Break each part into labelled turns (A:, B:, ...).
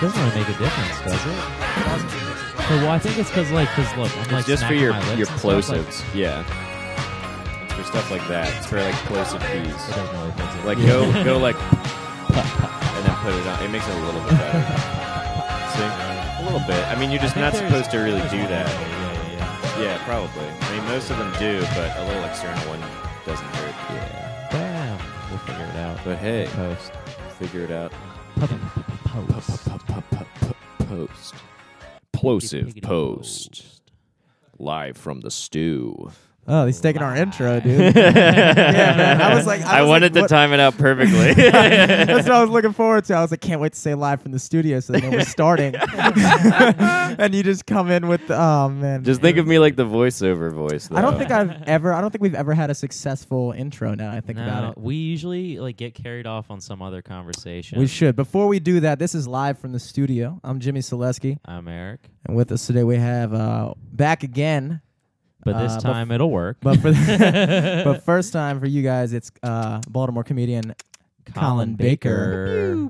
A: doesn't really make a difference, does it?
B: Doesn't-
A: So, well, I think it's because like, because look, I'm like
C: It's just for
A: smacking
C: your
A: my lips
C: your
A: and stuff, like,
C: plosives. yeah. It's for stuff like that. It's for like plosive
A: it
C: bees.
A: doesn't really fix it.
C: Like go go like and then put it on. It makes it a little bit better. See? A little bit. I mean you're just
A: I think
C: not
A: there's-
C: supposed to really
A: there's
C: do
A: one way,
C: that.
A: Yeah, yeah,
C: Yeah, probably. I mean most of them do, but a little external one doesn't hurt.
A: yeah. yeah. Damn, we'll figure it out.
C: But hey,
A: Post.
C: figure it out.
A: Post.
C: Post. Plosive post. Live from the stew.
B: Oh, he's taking our intro, dude. yeah, man. I was like, I,
C: I
B: was
C: wanted
B: like,
C: to
B: what-
C: time it out perfectly.
B: That's what I was looking forward to. I was like, can't wait to say live from the studio so they know we're starting. and you just come in with, oh man.
C: Just think of me like the voiceover voice. Though.
B: I
A: uh,
B: don't think I've ever. I don't think we've ever had a successful intro. Now that I think
A: no,
B: about it.
A: we usually like get carried off on some other conversation.
B: We should. Before we do that, this is live from the studio. I'm Jimmy Selesky,
A: I'm Eric,
B: and with us today we have uh, back again,
A: but this
B: Uh, bef-
A: time it'll work.
B: but for but first time for you guys, it's uh, Baltimore comedian. Colin Baker.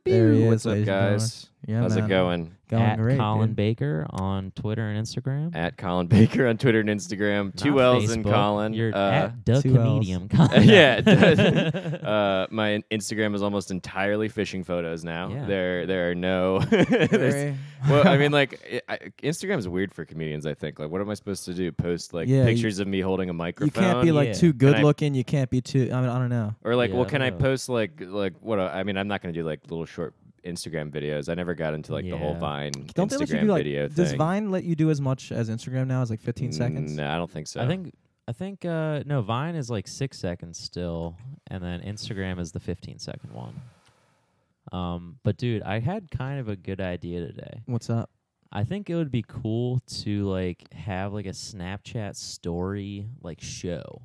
B: There he
C: What's
B: is, ladies
C: up,
B: and gentlemen.
C: guys?
B: Yeah,
C: How's
B: man.
C: it going?
B: Going
A: at
B: great,
A: Colin
B: dude.
A: Baker on Twitter and Instagram.
C: At Colin Baker on Twitter and Instagram. Two
A: Not
C: L's in
A: Facebook.
C: Colin.
A: You're
C: uh,
A: at the
B: two Ls.
A: comedian. Colin.
C: yeah. uh, my Instagram is almost entirely fishing photos now.
A: Yeah.
C: There, there are no. there's-
B: Very-
C: well, I mean, like, I, I- Instagram's weird for comedians. I think. Like, what am I supposed to do? Post like
B: Yeah, you-
C: pictures of me holding a microphone?
B: You can't be like
A: Yeah.
B: too good
C: I-
B: looking. You can't be too. I, mean, I don't know.
C: Or like,
A: Yeah,
C: well,
A: I
C: can I
A: dunno.
C: post like like what? I mean, I'm not gonna do like little short Instagram videos. I never got into like the whole
A: Yeah.
C: Vine
B: Don't they let you
C: Instagram
B: do like?
C: video
B: Does
C: thing.
B: Vine let you do as much as Instagram now? Is like 15 seconds.
C: No, I don't think so.
A: I think I think uh, no Vine is like six seconds still, and then Instagram is the 15 second one. Um, but dude, I had kind of a good idea today.
B: What's up?
A: I think it would be cool to like have like a Snapchat story like show.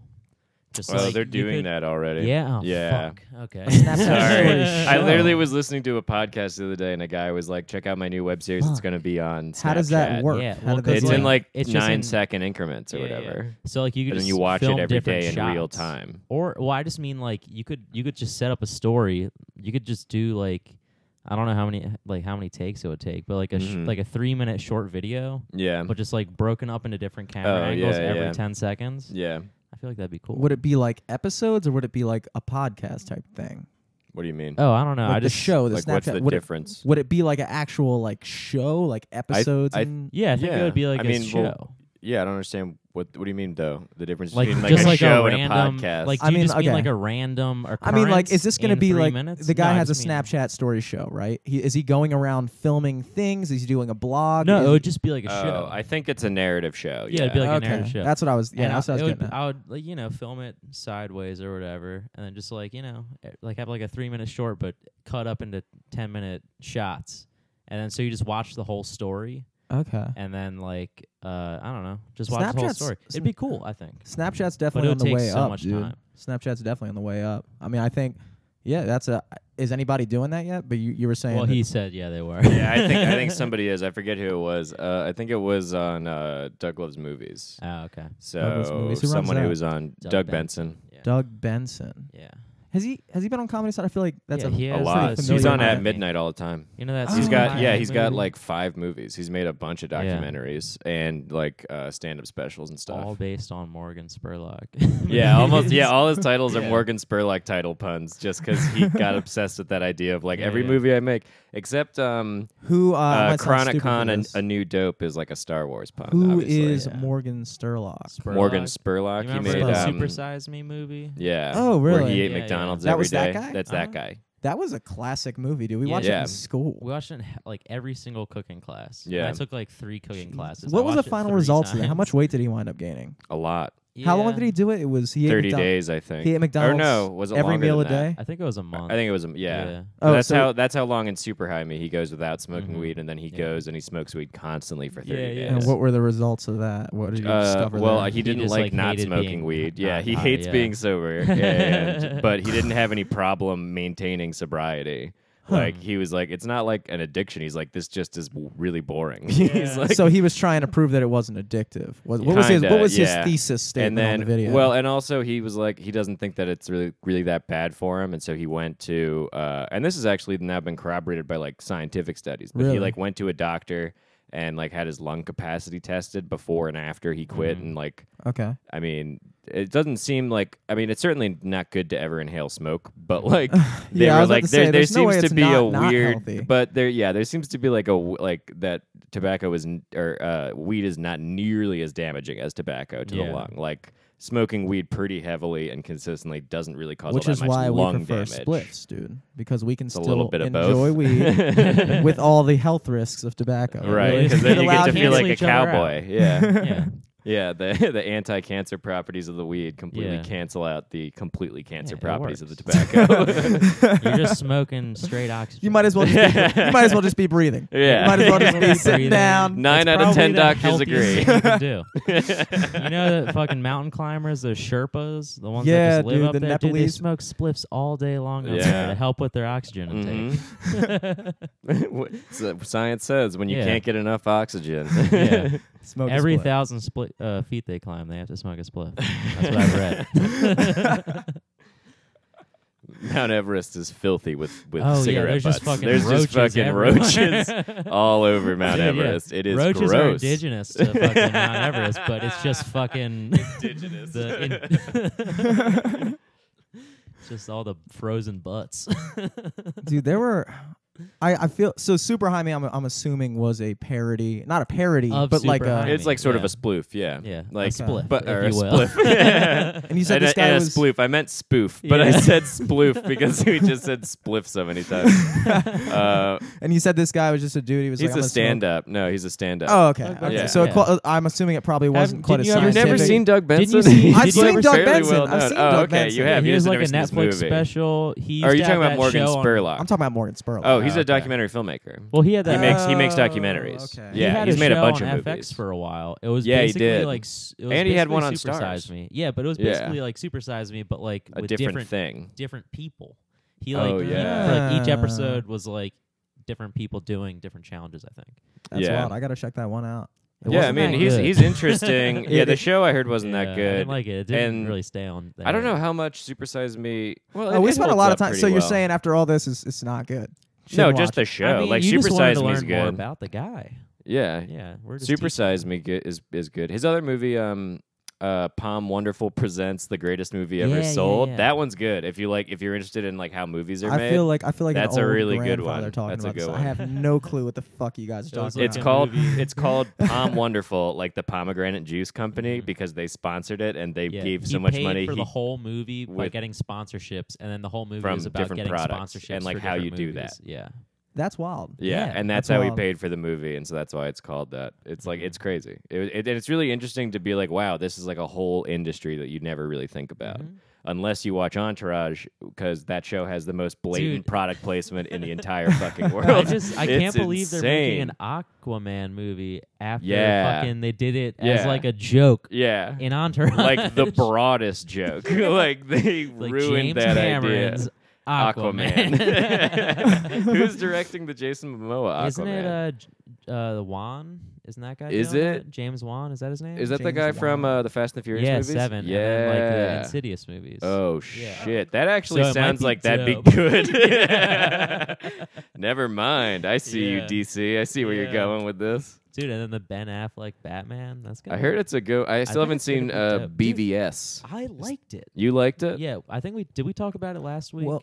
A: Just
C: Oh,
A: like,
C: they're
A: you
C: doing
A: could-
C: that already.
A: Yeah. oh,
C: Yeah.
A: Fuck. Okay.
B: Snapchat
C: Sorry.
B: story
C: I
B: show.
C: literally was listening to a podcast the other day, and a guy was like, "Check out my new web series. It's
A: Fuck.
C: going to be on."
B: How does that
C: Snapchat."
B: work?
A: Yeah,
B: How
A: well,
B: do they
C: It's
B: do
C: in
B: it?
C: like
A: It's just
C: nine
A: in-
C: second increments or
A: Yeah, yeah.
C: whatever,
A: So like you could
C: and
A: just
C: then you watch
A: film
C: it every
A: different
C: day in real
A: shots.
C: time.
A: Or well, I just mean like you could you could just set up a story. You could just do like I don't know how many like how many takes it would take, but like a
C: Mhm.
A: sh- like a three minute short video,
C: Yeah,
A: but just like broken up into different camera
C: Mm-hmm. Oh,
A: angles
C: yeah,
A: every
C: yeah.
A: ten seconds.
C: yeah.
A: I feel like that'd be cool.
B: Would it be like episodes or would it be like a podcast type thing?
C: What do you mean?
A: oh, I don't know.
B: like
A: I
B: the
A: just
B: show, the
C: like,
B: Snapchat.
C: what's the
B: would, it,
C: difference?
B: would it be like an actual like show, like episodes?
C: I-
B: and
A: Yeah, I think it
C: Yeah,
A: would be like
C: I
A: a
C: mean,
A: show.
C: well, Yeah, I don't understand what. What do you mean though? The difference
A: like,
C: between like
A: just
C: a
A: like
C: show
A: a
C: and a
A: random,
C: podcast. Oh,
A: like do
B: I
A: you
B: mean,
A: just mean
B: okay.
A: like a random.
B: I mean, like,
A: occurrence
B: is this going to
A: in
B: be
A: three
B: like
A: minutes?
B: the
A: No,
B: guy
A: I
B: has a
A: just mean-
B: Snapchat story show, right? He, is he going around filming things? Is he doing a blog?
A: No,
B: Is
A: it
B: he-
A: would just be like a
C: oh,
A: show.
C: I think it's a narrative show.
A: Yeah, it'd be like a narrative show.
B: That's what I was. Yeah,
A: And
B: that's
A: I,
B: what I
A: it
B: was
A: would,
B: getting. at.
A: I would, like, you know, film it sideways or whatever, and then just like you know, eh, like have like a three minute short, but cut up into ten minute shots, and then so you just watch the whole story,
B: Okay.
A: and then like uh, I don't know, just watch the whole
B: Snapchat's-
A: story. It'd be cool, I think.
B: Snapchat's
A: But
B: definitely
A: it
B: on
A: would
B: the
A: take
B: way
A: so
B: up,
A: much
B: dude.
A: time.
B: Snapchat's definitely on the way up. I mean, I think, yeah, that's a. Is anybody doing that yet? But you, you were saying,
A: Well,
B: that-
A: he said, yeah, they were.
C: Yeah, I think I think somebody is. I forget who it was. Uh, I think it was on uh, Doug Loves Movies.
A: oh, okay.
B: Loves
C: So
B: Movies. Who runs
C: someone
B: that?
C: who was on
A: Doug
C: Doug,
A: Benson.
C: Benson.
B: Doug Benson.
A: Yeah.
B: Has he has he been on Comedy Central? I feel like that's
A: Yeah,
B: a,
A: he
C: A
A: has.
B: pretty
C: lot.
A: That's
B: familiar
C: He's on
A: familiar
C: at
A: name.
C: midnight all the time.
A: You know that's
B: Oh.
C: He's got
B: Wow.
C: yeah, he's got
A: movie?
C: like five movies. He's made a bunch of
A: Yeah.
C: documentaries and like uh, stand up specials and stuff.
A: all based on Morgan Spurlock.
C: yeah, almost. Yeah, all his titles are
A: Yeah.
C: Morgan Spurlock title puns, just because he got obsessed with that idea of like
A: Yeah,
C: every
A: yeah.
C: movie I make, except um,
B: Who uh, I
C: uh,
B: might sound stupid
C: Chronic
B: for
C: Con, a,
B: this.
C: a New Dope is like a Star Wars pun.
B: Who
C: obviously.
B: is
A: Yeah.
B: Morgan Sturlock?
A: Spurlock.
C: Morgan
A: You
C: Spurlock? He
A: remember
C: made
B: the
C: um,
A: Super Size Me movie?
C: Yeah.
B: Oh,
C: Where
B: really?
C: he ate
A: Yeah, yeah.
C: McDonald's
B: That
C: every
B: was that
C: day.
B: guy? Uh-huh.
C: That's
A: Oh.
C: that guy.
B: That was a classic movie, dude. We
A: Yeah.
B: watched it
C: Yeah.
B: in school.
A: We watched it in he- like every single cooking class.
C: Yeah.
A: I took like three cooking classes. I
B: What was the
A: watched it
B: final
A: three
B: results of that? How
A: times.
B: much weight did he wind up gaining?
C: A lot.
B: How long
A: Yeah.
B: did he do it? It was he ate
C: Thirty
B: McDo-
C: days, I think.
B: He ate McDonald's
C: Or no, was it
B: every
C: longer
B: meal a
C: than that?
B: day.
A: I think it was a month.
C: I think it was. um, Yeah.
A: Yeah.
B: Oh,
C: that's
B: so-
C: how that's how long in Super High Me he goes without smoking
A: Mhm.
C: weed, and then he
A: Yeah.
C: goes and he smokes weed constantly for
A: Yeah,
C: thirty
A: yeah.
C: days.
B: And what were the results of that? What did you
C: Uh,
B: discover?
C: well,
B: there?
C: he didn't
A: just,
C: like,
A: like,
C: not
A: hated being
C: smoking weed. Yeah,
A: not
C: he
A: high,
C: hates
A: yeah.
C: being sober. Yeah, yeah, yeah. but he didn't have any problem maintaining sobriety. Like he was like, it's not like an addiction. He's like, this just is w- really boring. He's
D: Yeah.
C: like,
B: so he was trying to prove that it wasn't addictive. What, what was his
C: Kinda,
B: What was
C: yeah.
B: his thesis
C: and
B: statement
C: then
B: on the video?
C: well, and also he was like, he doesn't think that it's really really that bad for him, and so he went to, uh, and this has actually now been corroborated by like scientific studies. But
B: Really?
C: he like went to a doctor and like had his lung capacity tested before and after he quit, and like
B: okay,
C: I mean, it doesn't seem like. I mean, it's certainly not good to ever inhale smoke, but like they
B: Yeah, I
C: were
B: was about
C: like
B: to
C: there,
B: say,
C: there
B: there's no way
C: seems
B: it's
C: to be
B: not-
C: a
B: not
C: weird,
B: healthy.
C: but there, yeah, there seems to be like a w- like that tobacco is n- or uh, weed is not nearly as damaging as tobacco to the
A: Yeah.
C: lung. Like smoking weed pretty heavily and consistently doesn't really cause
B: which
C: all that
B: is
C: much
B: why we
C: lung
B: prefer
C: damage.
B: splits, dude, because we can
C: It's a
B: still
C: little bit of
B: enjoy
C: both.
B: weed with all the health risks of tobacco.
C: Right,
A: Really?
C: because
B: It
C: then you get
B: allows
C: to
B: you
A: cancel
C: feel like a
A: each other out.
C: cowboy. Yeah,
A: yeah.
C: yeah. The the anti-cancer properties of the weed completely
A: Yeah.
C: cancel out the completely cancer
A: it
C: properties of the
A: works.
C: tobacco.
A: You're just smoking straight oxygen.
B: You might as well. Just be, you might as well just be breathing.
C: Yeah.
B: You might as well just be
A: Breathing.
B: sitting down.
C: Nine
A: That's
C: out of ten
A: probably the healthiest
C: doctors agree.
A: thing you can do. you know the fucking mountain climbers, the Sherpas, the ones that
B: Yeah,
A: just live
B: dude,
A: up
B: the
A: there. Dude, they
B: Nepalese-
A: smoke spliffs all day long up
C: Yeah. Mm-hmm.
A: there to help with their oxygen intake.
C: What- so Science says when you
A: Yeah.
C: can't get enough oxygen.
A: yeah.
B: Smoke is
A: Every
B: split.
A: thousand split, uh, feet they climb, they have to smoke a spliff. That's what I've read.
C: Mount Everest is filthy with with
A: oh yeah,
C: cigarette
A: there's just
C: butts.
A: fucking
C: there's
A: roaches
C: just fucking
A: everywhere.
C: roaches all over Mount
A: Dude, yeah.
C: Everest. It is
A: roaches are
C: gross.
A: indigenous to fucking Mount Everest, but it's just fucking indigenous. just all the frozen butts.
B: dude there were i i feel so super high me i'm, I'm assuming was a parody not a parody
A: Of
B: but like
A: Super High
B: a
A: Me.
C: It's like sort of
A: Yeah.
C: a sploof, yeah.
A: yeah,
C: Like
A: a spliff,
C: but
A: if
C: or a
A: you will.
C: spliff.
B: and you said
C: and,
B: this
C: a,
B: guy
C: and
B: was
C: a sploof. I meant spoof, but I
A: Yeah.
C: said sploof because we just said spliff so many times. Uh,
B: and you said this guy was just a dude he was
C: he's
B: like, I'm
C: a
B: gonna
C: stand up. No, he's a stand up.
B: smoke- oh okay,
D: Okay.
B: okay.
C: Yeah.
B: so it
A: Yeah.
B: qual- i'm assuming it probably wasn't
A: Haven't-
B: quite
A: didn't
B: as
A: you ever-
C: You've never
B: scientific-
C: seen Doug
A: Didn't
C: Benson?
A: you see-
B: I've
C: He's
B: seen
C: like
B: Doug
C: fairly
B: Benson.
C: well
B: I've
C: known.
B: seen
C: oh,
B: Doug
C: okay. You
B: Benson.
C: have.
A: he
C: You
A: was
C: just
A: like a
C: never seen the
A: Netflix
C: movie.
A: special. He used
C: Are you
A: to
C: talking
A: have
C: about
A: that
C: Morgan
A: show on-
C: Spurlock?
B: i'm talking about morgan spurlock
C: oh, he's
A: Oh,
C: a
A: okay.
C: documentary filmmaker.
A: Well, he had
C: He
A: that. uh,
C: makes he makes
B: Oh,
C: documentaries.
B: okay.
A: he
C: Yeah,
A: had
C: he's
A: a
C: made a
A: show
C: bunch
A: on
C: of
A: FX
C: movies.
A: for a while. It was
C: Yeah, he
A: basically
C: did.
A: like s- it was
C: And he had
A: basically
C: one on
A: Super
C: Stars.
A: Size Me. Yeah, but it was
C: Yeah.
A: basically like Super Size Me, but like
C: a
A: with
C: different, thing.
A: different people. He like
C: Oh,
A: he-
C: yeah.
A: for, like, each
B: Yeah.
A: episode was like different people doing different challenges. I think.
B: that's
C: Yeah.
B: wild i gotta check that one out It
C: yeah, I
B: wasn't
C: mean
B: that
C: he's
A: good.
C: he's interesting. yeah,
B: It-
C: the show I heard wasn't
A: Yeah,
C: that
A: I
C: good.
A: didn't like it. It didn't
C: And
A: really stay on. There.
C: I don't know how much Supersize Me. Well,
B: good. oh,
C: it-
B: we
C: it
B: spent a
C: holds
B: lot of
C: up
B: time so
C: pretty
B: you're
C: well.
B: saying after all this is it's not
C: no,
B: good Shouldn't
C: just
B: watch
C: the
A: I
B: it.
C: show.
A: mean,
C: like
A: you just wanted
C: Supersize
A: to
C: Me
A: learn
C: is
A: more
C: good.
A: about the guy.
C: Yeah,
A: Yeah, we're just teaching-
C: Supersize Me good, is is good. His other movie, um, uh, Palm Wonderful presents the greatest movie ever
A: Yeah, yeah,
C: sold.
A: yeah.
C: That one's good. If you like, if you're interested in like how movies are
B: I
C: made,
B: feel like I feel like an
C: That's a
B: old
C: really good
B: grandfather
C: one.
B: Talking
C: That's a
B: about this.
C: good
B: I have no clue what the fuck you guys are
A: It was
B: talking
A: like
C: it's
A: a
B: about.
C: called
A: movie.
C: it's called Palm Wonderful, like the pomegranate juice company, because they sponsored it and they
A: Mm-hmm. Yeah,
C: gave
A: he
C: so much
A: paid
C: money
A: for
C: he-
A: the whole movie by
C: with-
A: getting sponsorships, and then the whole movie
C: From
A: was about
C: different
A: getting
C: products
A: sponsorships
C: and, like,
A: for
C: how
A: different
C: you do
A: movies. Yeah,
B: That's wild.
C: Yeah,
A: Yeah,
C: and that's,
B: that's
C: how
B: wild.
C: he paid for the movie, and so that's why it's called that. It's
A: Mm-hmm.
C: like it's crazy, it, it, and it's really interesting to be like, wow, this is like a whole industry that you never really think about.
A: Mm-hmm.
C: Unless you watch Entourage, because that show has the most blatant
A: Dude.
C: product placement in the entire fucking world.
A: I just I
C: It's
A: can't believe they're making
C: insane.
A: an Aquaman movie after
C: Yeah.
A: fucking they did it as
C: Yeah.
A: like a joke
C: yeah,
A: in Entourage,
C: like the broadest joke. like they
A: Like
C: ruined
A: James
C: that
A: Cameron's
C: idea.
A: Aquaman.
C: Who's directing the Jason Momoa Aquaman?
A: Isn't it uh, J- uh the Wan? Isn't that guy?
C: Is
A: doing
C: it?
A: James Wan? Is that his name?
C: Is that the
B: James
C: guy from
B: Wan?
C: uh, the Fast and the Furious
A: yeah,
C: movies?
A: seven.
C: Yeah,
A: and then, like the Insidious movies.
C: Oh
A: Yeah.
C: shit! That actually
A: So it might
C: sounds
A: be
C: like that'd be
A: dope.
C: good. Never mind. I see
A: Yeah.
C: you, DC. I see where you're
A: Yeah.
C: going with this.
A: dude, and then the Ben Affleck Batman. That's gonna
C: I
A: be-
C: heard it's a go. I
A: think
C: still haven't
A: it's gonna
C: seen
A: be
C: uh,
A: dope. Dude.
C: BVS.
A: I liked it.
C: You liked it?
A: Yeah, I think we did. We talk about it last week.
B: Well,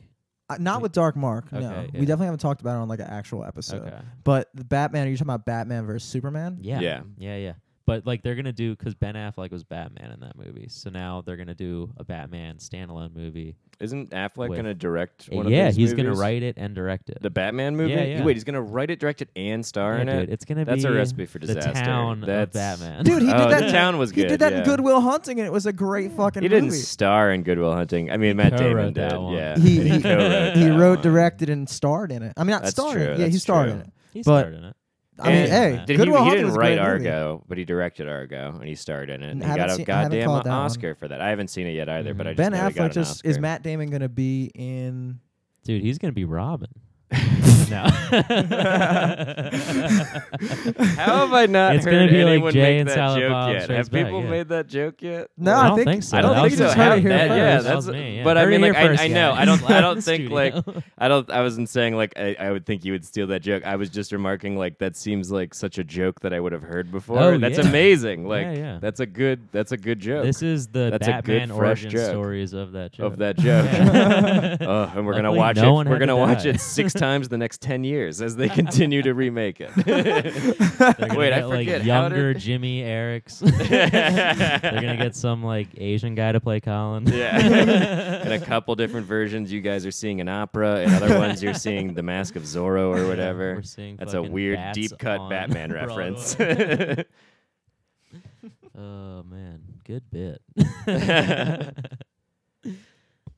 B: Uh, not with Dark Mark. no,
A: Okay, yeah.
B: we definitely haven't talked about it on like an actual episode.
A: okay.
B: But the Batman, are you talking about Batman versus Superman?
A: Yeah.
C: Yeah.
A: Yeah. Yeah. But like they're gonna do because Ben Affleck was Batman in that movie, so now they're gonna do a Batman standalone movie.
C: Isn't Affleck
A: With-
C: gonna direct one of
A: yeah,
C: these
A: he's gonna
C: movies?
A: write it and direct it.
C: the Batman movie.
A: Yeah, yeah.
C: Wait, he's gonna write it, direct it, and star
A: yeah,
C: in it.
A: dude, it's gonna
C: That's
A: be
C: a recipe for
A: The
C: disaster.
A: town
C: That's-
A: of Batman,
B: Dude, he
C: Oh,
B: did that.
C: The Town was
B: he
C: good,
B: did that
C: yeah.
B: in Goodwill Hunting, and it was a great fucking
C: He didn't
B: movie.
C: star in Goodwill Hunting. I mean, Matt
A: co-wrote
C: Damon did.
A: that one.
C: Yeah,
B: He-
C: and
B: he-
C: co-wrote
B: he
C: that
B: wrote,
C: one.
B: directed, and starred in it. I mean, not
C: That's
B: starred.
C: true,
B: in it. Yeah,
C: that's
B: he starred
C: true.
B: in it.
A: he
B: but-
A: started in it.
B: I mean,
A: And-
B: hey,
A: Did
C: Did he,
B: Goodwill
C: he
B: Hunting
C: didn't
B: was a
C: write
B: great movie.
C: Argo, but he directed Argo and he starred in it. And
B: I
C: he
B: haven't
C: got a
B: seen- I haven't
C: goddamn
B: caught that one.
C: Oscar for that. I haven't seen it yet either, but I just
B: Ben
C: know he got
B: Affleck
C: an
B: just is
C: Oscar.
B: Matt Damon going to be in?
A: Dude, he's gonna be Robin. No.
C: How have I not
A: It's
C: heard
A: gonna be like
C: anyone
A: Jay
C: make
A: and
C: that
A: Silent
C: joke
A: Bob
C: yet?
A: Strikes
C: Have
A: Back,
C: people
A: yeah.
C: made that joke yet?
B: No,
A: I
B: I
A: don't
B: think,
A: think so.
C: I don't
A: That
C: think
A: was
C: so.
A: just
C: How
A: heard
B: it
A: it
B: here
C: that-
B: first.
C: yeah,
A: That
C: that's
A: was me,
C: but
A: yeah.
C: I
B: Heard it
C: mean,
B: here
C: like, I,
B: first,
C: I know
B: guys.
C: I don't I don't think
A: Studio.
C: like I don't I wasn't saying like I, I would think you would steal that joke. I was just remarking like that seems like such a joke that I would have heard before.
A: Oh,
C: that's
A: yeah.
C: amazing. Like
A: yeah.
C: that's a good that's a good joke
A: This is the
C: That's a good,
A: Batman
C: fresh
A: origin
C: joke.
A: stories of that joke.
C: of that joke.
A: Yeah.
C: Ugh, and we're gonna
A: Luckily,
C: watch
A: no one
C: it.
A: had
C: We're
A: to
C: gonna watch
A: die.
C: it six times the next ten years as they continue to remake it.
A: They're gonna
C: Wait, I
A: get, like
C: forget, how did-
A: younger Jimmy Erics. They're gonna get some like Asian guy to play Colin.
C: Yeah. In a couple different versions, you guys are seeing an opera, and other ones you're seeing The Mask of Zorro or whatever.
A: we're seeing
C: That's a
A: fucking
C: weird
A: bats
C: deep cut
A: on
C: Batman
A: Broadway.
C: reference.
A: Oh man, good bit.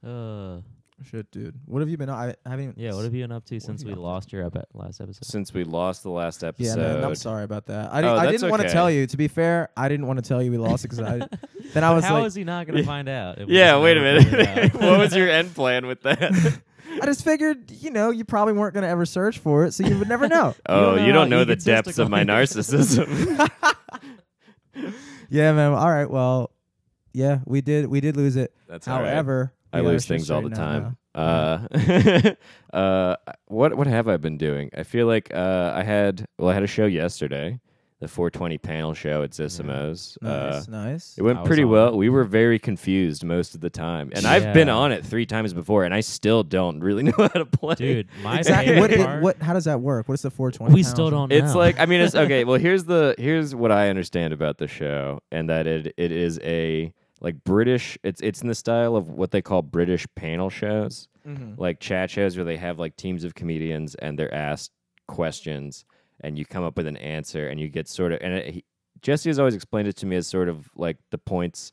A: uh,
B: Shit, dude. What have you been? I I haven't.
A: yeah, what have you been up to since
B: you
A: we
B: up to?
A: lost your ep- last episode?
C: Since we lost the last episode,
B: Yeah, man, I'm sorry about that. I,
C: Oh,
B: I
C: that's
B: didn't want to
C: okay.
B: tell you. To be fair, I didn't want to tell you we lost because I. Then I was
A: How
B: like,
A: is he not going to find out? if we
C: yeah.
A: just
C: Wait a
A: never
C: minute.
A: figured it out?
C: what was your end plan with that?
B: I just figured, you know, you probably weren't gonna ever search for it, so you would never know.
C: Oh, you
A: how
C: don't know the depths of my
A: egotistical
C: narcissism.
B: yeah, man. All right, well, yeah, we did, we did lose it.
C: That's all right.
B: However,
C: I
B: we got our
C: lose
B: shit
C: things all the
B: straightened out
C: time.
B: now.
C: Uh, uh, what what have I been doing? I feel like uh, I had well, I had a show yesterday, the 420 panel show at Sissimos. Uh,
B: Nice, nice.
C: it
A: I
C: went
A: was
C: pretty
A: on
C: well. We were very confused most of the time, and I've been
A: Yeah.
C: on it three times before, and I still don't really know how to play.
A: Dude, my
B: Exactly.
A: favorite
B: What, did,
A: part-
B: what? How does that work? What is the 420?
A: we still don't know.
C: It's like I mean it's okay, well here's the here's what I understand about the show and that it it is a like British it's it's in the style of what they call British panel shows.
B: Mm-hmm.
C: Like chat shows where they have like teams of comedians and they're asked questions and you come up with an answer and you get sort of and it, he, Jesse has always explained it to me as sort of like the points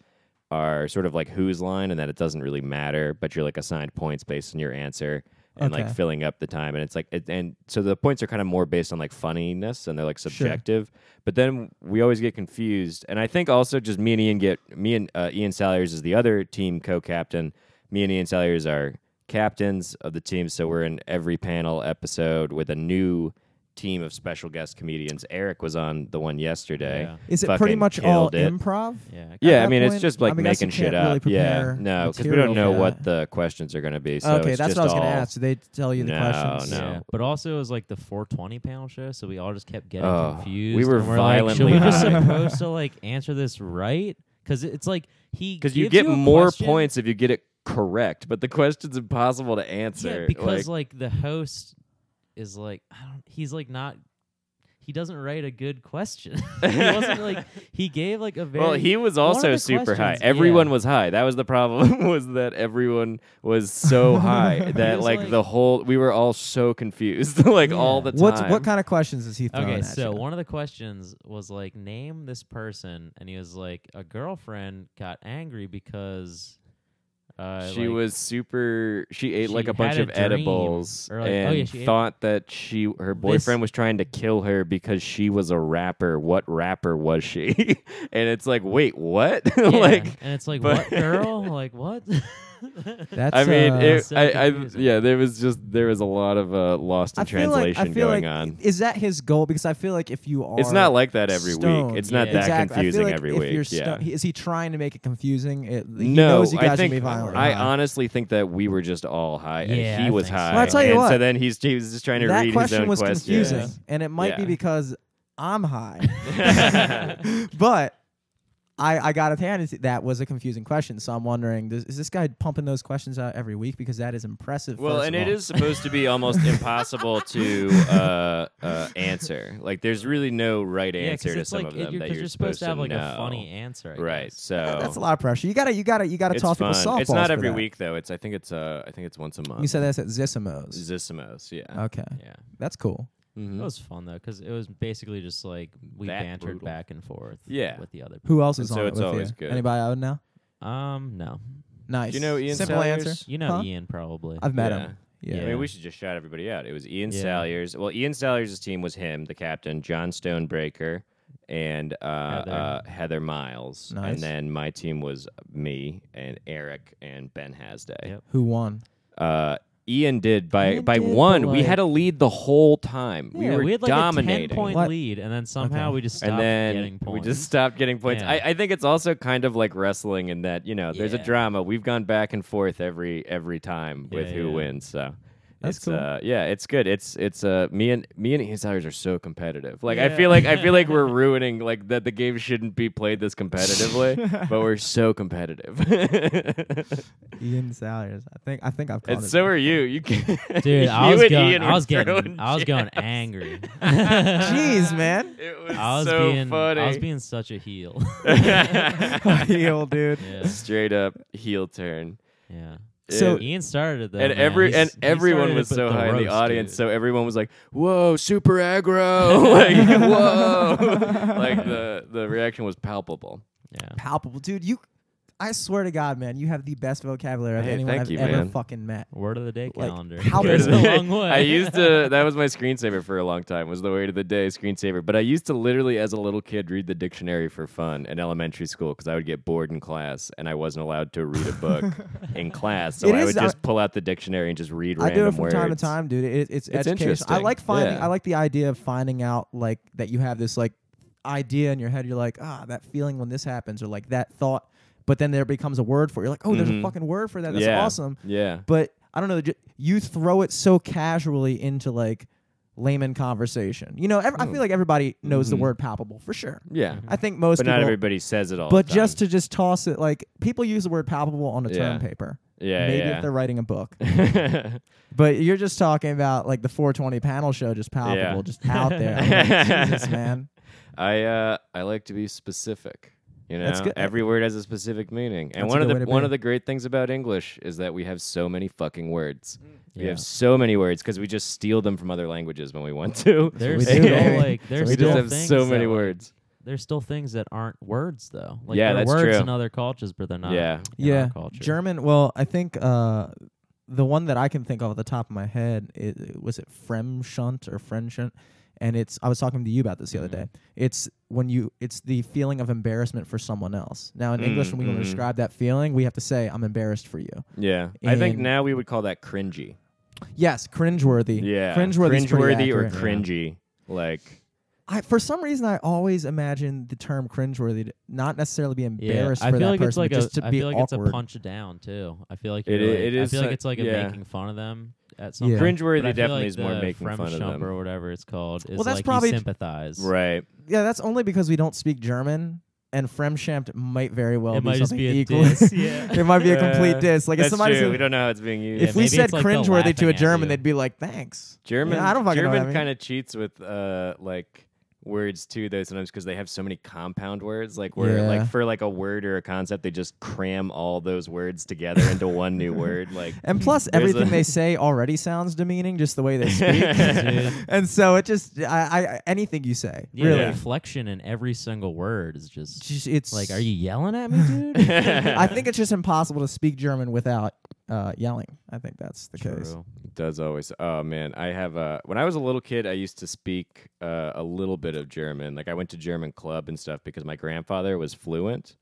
C: are sort of like whose line and that it doesn't really matter, but you're like assigned points based on your answer and
B: Okay.
C: like filling up the time. And it's like, it, and so the points are kind of more based on like funniness and they're like subjective. But then we always get confused. And I think also just me and Ian get, me and uh, Ian Salyers is the other team co captain. Me and Ian Salyers are captains of the team. So we're in every panel episode with a new team of special guest comedians. Eric was on the one yesterday.
A: Yeah.
B: Is it pretty
C: Fucking
B: much all
C: killed it.
B: improv?
A: yeah,
C: Yeah, I
B: that
C: mean,
B: point?
C: it's just
B: I
C: like
B: mean, I guess you
C: making shit
B: can't really
C: up. yeah,
B: prepare
C: no, because we
B: material
C: don't know
B: for
C: what
B: that.
C: the questions are going to be. So
B: okay,
C: it's
B: that's
C: just
B: what I was
C: all,
B: gonna ask. Do they tell you the
C: No,
B: questions?
C: no.
A: Yeah, but also it was like the 420 panel show, so we all just kept getting
C: Oh, we
A: confused.
C: were
A: and we're like, Should we
C: violently
A: just
C: high."
A: supposed to like answer this right? Because it's like he
C: Because
A: because
C: you get more
A: question,
C: points if you get it correct, but the question's impossible to answer.
A: Yeah, because like, the host is like I don't. He's like not. He doesn't write a good question. he wasn't like he gave like a very
C: well, he was
A: one of
C: also
A: the
C: super high.
A: questions-
C: Everyone
A: yeah.
C: was high. That was the problem. Was that everyone was so high that
A: was
C: like,
A: like-
C: the whole we were all so confused like all the time.
B: What's what kind of questions is he throwing
A: Okay,
B: at
A: so
B: you?
A: one of the questions was like, name this person, and he was like, a girlfriend got angry because uh,
C: she
A: like-
C: was super. She ate
A: she
C: like a
A: had
C: bunch
A: a
C: of
A: dream,
C: edibles
A: or, like- oh,
C: and
A: yeah, she ate-
C: thought that she her boyfriend was trying to kill her because she was a rapper. What rapper was she? and it's like, wait, what?
A: Yeah,
C: like,
A: and it's like,
C: but-
A: what girl? like what?
B: That's
C: I mean,
B: uh,
C: it,
A: so
C: I, I,
A: confusing.
C: yeah, there was just there was a lot of uh, lost in
B: I feel like
C: translation
B: I feel
C: going
B: like
C: on.
B: is that his goal? Because I feel like if you are,
C: It's not like that every
B: stoned-
C: week. It's not
A: yeah.
C: that
B: exactly. I feel
C: confusing
B: like
C: every
B: if
C: week.
B: You're
C: yeah.
B: sto- is he trying to make it confusing? It, he
C: no,
B: knows you guys
C: I think
B: are gonna be violent.
C: I
A: Uh-huh.
B: huh?
C: honestly think that we were just all high,
A: Yeah,
C: and he
A: I
C: was
A: think so.
C: high.
A: Well, I'll tell you
C: and
B: what.
C: so then he's he was just trying to
B: that
C: read his
B: question
C: own
B: was
C: questions.
B: confusing, and it might be
C: Yeah.
B: because I'm high. but I, I got a hand. is That was a confusing question, so I'm wondering: does, is this guy pumping those questions out every week? Because that is impressive.
C: Well,
B: first
C: and
B: of
C: it
B: all.
C: is supposed to be almost impossible to uh, uh, answer. Like, there's really no right
A: Yeah, 'cause
C: answer to
A: it's
C: some
A: like
C: of
A: it-
C: them
A: you're,
C: that
A: 'cause
C: you're
A: supposed to have like
C: know.
A: a funny answer, I
C: right?
A: guess.
C: So
B: that's a lot of pressure. You gotta you gotta you gotta
C: it's
B: toss people
C: fun.
B: softballs.
C: It's not
B: for
C: every
B: that.
C: week though. It's I think it's uh I think it's once a month.
B: You said Uh, that's at Zissimos.
C: Zissimos, yeah,
B: Okay,
A: Yeah,
B: that's cool.
A: it
C: Mhm.
A: was fun though because it was basically just like we
C: That
A: bantered
C: brutal.
A: back and forth.
C: Yeah.
A: with the other.
B: Who else is
C: And
B: on
C: so
B: it
C: it's
B: with
C: always
B: you?
C: good.
B: Anybody out now?
A: people. Um, no,
B: Nice.
C: Do you know Ian
B: Simple
C: Salyers?
B: answer.
A: you know
B: Huh?
A: Ian probably.
B: I've met
C: Yeah.
B: him. Yeah.
C: I
A: Yeah.
C: mean, we should just shout everybody out. It was Ian
A: Yeah.
C: Salyers. Well, Ian Salyers' team was him, the captain, John Stonebreaker, and uh,
A: Heather.
C: Heather. Uh, Heather Miles.
B: Nice.
C: And then my team was me and Eric and Ben Hasday.
A: Yep.
B: Who won?
C: Uh, Ian did by
B: Ian
C: by
B: did, but,
C: one. we
B: like-
C: had a lead the whole time. we
A: Yeah,
C: were
A: we had like a
C: dominating.
A: ten point
B: What?
A: lead, and then somehow
B: Okay.
A: we just stopped
C: and then
A: getting
C: we
A: points.
C: just stopped getting points.
A: Yeah.
C: I, I think it's also kind of like wrestling in that you know there's a
A: Yeah.
C: drama. We've gone back and forth every every time with
A: Yeah,
C: who
A: yeah.
C: wins. So
B: That's
C: it's,
B: cool.
C: Uh, yeah, it's good. It's it's uh, me and me and Insiders are so competitive. Like I
A: Yeah.
C: feel like I feel like we're ruining like that the game shouldn't be played this competitively, but we're so competitive.
B: Ian Salyers. I think I think I've called
C: and
B: it.
C: so are you. You can,
A: Dude, I
C: you
A: was
C: and
A: going,
C: Ian
A: I
C: were
A: was getting,
C: throwing
A: I was going
C: jabs.
A: angry.
B: Jeez, man.
C: It was,
A: I was
C: so
A: being,
C: funny.
A: I was being such a heel.
B: Heel, dude.
A: Yeah.
C: straight up heel turn.
A: yeah.
B: So-
C: It-
A: Ian started it though,
C: and
A: man.
C: every
A: He's-
C: and
A: he
C: everyone
A: started it,
C: was
A: but
C: so high in the
A: roast,
C: audience,
A: dude.
C: so everyone was like, "Whoa, super aggro!" like, whoa, like the the reaction was palpable.
A: yeah.
B: Palpable, dude. You, I swear to God, man, you have the best vocabulary of
C: Hey,
B: anyone
C: thank
B: I've
C: you,
B: ever
C: man.
B: fucking met.
A: Word of the day
B: Like,
A: calendar.
B: how
A: Goes
B: does
A: a
C: it-
A: long way.
C: I used to that was my screensaver for a long time was the word of the day screensaver. But I used to literally as a little kid read the dictionary for fun in elementary school because I would get bored in class and I wasn't allowed to read a book in class, so
B: It
C: I
B: is-
C: would
B: I-
C: just pull out the dictionary and just read
B: I
C: random
B: do it from
C: words.
B: time to time, dude. It, it's education. I
C: interesting.
B: like finding.
C: Yeah.
B: I like the idea of finding out like that you have this like idea in your head. You're like, ah, that feeling when this happens, or like that thought. But then there becomes a word for it. You're like, oh, there's a
C: Mhm.
B: fucking word for that. That's
C: yeah.
B: awesome.
C: Yeah.
B: But I don't know. ju- You throw it so casually into like layman conversation. You know, ev- I
C: Mm.
B: feel like everybody knows the word palpable for sure.
C: Yeah.
B: I think most
C: Mm-hmm. But
B: people.
C: not everybody says it all.
B: but
C: the time.
B: just to just toss it like people use the word palpable on a term
C: Yeah.
B: paper.
C: yeah,
B: Maybe
C: yeah.
B: if they're writing a book.
C: yeah,
B: But you're just talking about like the 420 panel show, just palpable,
C: Yeah.
B: just out there. I'm like, Jesus, man.
C: I uh, I like to be specific. You know,
B: That's good.
C: every word has a specific meaning, and
B: That's a
C: one of
B: good
C: the
B: way to
C: one
B: be.
C: of the great things about English is that we have so many fucking words.
A: Mm.
C: We
A: Yeah.
C: have so many words because we just steal them from other languages when we want to.
A: There's
B: we do,
A: still
B: baby.
A: like
B: So
A: there's
C: we
A: still
C: just have
A: things
C: so
A: that,
C: many
A: like,
C: words.
A: There's still things that aren't words though. Like
C: Yeah,
A: they're
C: that's
A: words
C: true.
A: in other cultures, but they're not.
C: Yeah.
A: in our
B: yeah.
A: culture.
B: German. Well, I think uh, the one that I can think of at the top of my head it, was it Fremschunt or Fremschunt? And it's I was talking to you about this the other
A: Mhm.
C: Mm-hmm.
B: day. It's when you it's the feeling of embarrassment for someone else. Now in English,
C: Mm,
B: when we want
C: mhm.
B: to describe that feeling, we have to say I'm embarrassed for you.
C: Yeah, I think
B: And-
C: now we would call that cringy.
B: Yes, cringeworthy.
C: Yeah,
B: cringeworthy. is pretty
C: Cringeworthy or
B: accurate.
C: cringy. Like,
B: I, for some reason, I always imagine the term cringeworthy to not necessarily be
A: Yeah,
B: embarrassed
A: I
B: for
A: feel
B: that
A: like
B: person,
A: it's like
B: but
A: a,
B: just to
A: I
B: be
A: feel like
B: awkward.
A: it's a punch down too. I feel like
C: It
A: you're
C: i-
A: like-
C: it is
A: I feel
C: like-
A: like it's like a
C: yeah.
A: making fun of them at some
B: Yeah.
A: point.
C: Cringeworthy
A: But I feel
C: definitely
A: like
C: is more
A: the
C: making fun of
A: Fremdschamp
C: them.
A: or whatever it's called. Is
B: Well, that's
A: like
B: probably-
A: you sympathize.
C: right?
B: Yeah, that's only because we don't speak German, and Fremschamt might very well
A: It
B: be
A: might just
B: something
A: be a
B: equal.
A: diss, yeah.
B: it might be a
C: Uh,
B: complete diss. Like if
C: That's
B: somebody
C: true.
B: said-
C: We don't know how it's being used.
A: Yeah,
B: if we
A: maybe
B: said
A: it's like the
B: cringeworthy
A: laughing
B: to a
A: at
B: German,
A: you.
B: they'd be like, "Thanks."
C: German,
B: Yeah, I don't fucking know what
C: German
B: I mean.
C: kind of cheats with uh like words too though sometimes because they have so many compound words like where
B: Yeah.
C: like for like a word or a concept they just cram all those words together into one new word like
B: And plus,
C: There's
B: everything
C: a-
B: they say already sounds demeaning, just the way they speak.
A: Dude.
B: and so it just, I, I, anything you say,
A: Yeah,
B: really,
A: the reflection in every single word is just
B: Just- it's
A: like, are you yelling at me, dude?
B: I think it's just impossible to speak German without uh, yelling. I think that's the case.
A: True.
C: It does always oh man i have uh when i was a little kid i used to speak uh, a little bit of german like i went to german club and stuff because my grandfather was fluent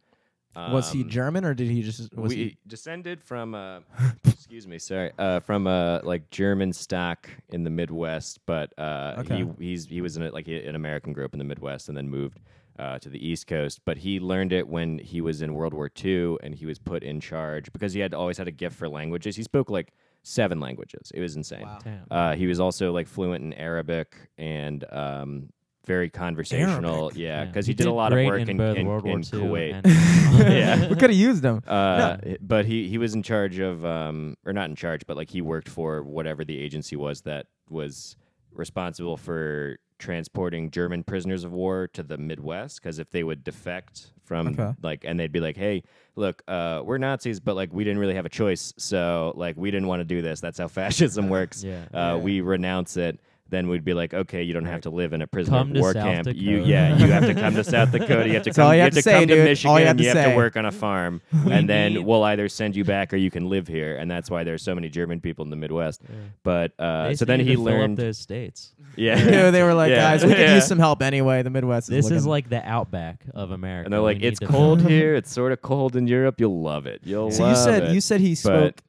B: was he
C: Um,
B: German or did he just was
C: we
B: he
A: e
C: descended from uh, excuse me sorry uh, from uh, like german stock in the midwest but uh,
B: Okay.
C: he he's he was in a, like an american grew up in the midwest and then moved uh, to the east coast but he learned it when he was in world war ii and he was put in charge because he had always had a gift for languages he spoke like seven languages it was insane
A: Damn.
C: uh, he was also like fluent in Arabic and um, very conversational. Yeah, because he, did, a lot of
A: great
C: work
A: in,
C: in,
A: both
C: in-
A: World War
C: in
A: II
C: Kuwait.
A: and-
C: yeah.
B: we could have used him.
C: Uh, But he, he was in charge of, um, or not in charge, but like he worked for whatever the agency was that was responsible for transporting German prisoners of war to the Midwest. Because if they would defect from,
B: Okay.
C: like, and they'd be like, hey, look, uh, we're Nazis, but like we didn't really have a choice. So like we didn't want to do this. That's how fascism works.
A: Yeah.
C: Uh, We renounce it. Then we'd be like, okay, you don't have to live in a prisoner
A: Come
C: of
A: to
C: war
A: South
C: camp. You,
A: Dakota.
C: yeah, you have to come to South Dakota. You have to
B: That's all
C: come.
B: you
C: You have
B: have to
C: to
B: say,
C: come to
B: dude.
C: Michigan.
B: All you have
C: and
B: to
C: You have
B: say.
C: to work on a farm, and
A: need-
C: then we'll either send you back or you can live here. And that's why there's so many German people in the Midwest. But
A: They
C: uh,
A: just
C: so then
A: need
C: he
A: to fill up
C: learned,
A: those states.
C: yeah.
B: Dude, they were like,
C: Yeah.
B: guys, we could
C: Yeah.
B: use some help anyway. The Midwest.
A: This is
B: looking-
A: like the outback of America.
C: And they're
A: We
C: like,
A: need
C: it's
A: to
C: cold
A: fill-
C: here. It's sort of cold in Europe. You'll love it. You'll
B: So you
C: love
B: said
C: it.
B: you said he spoke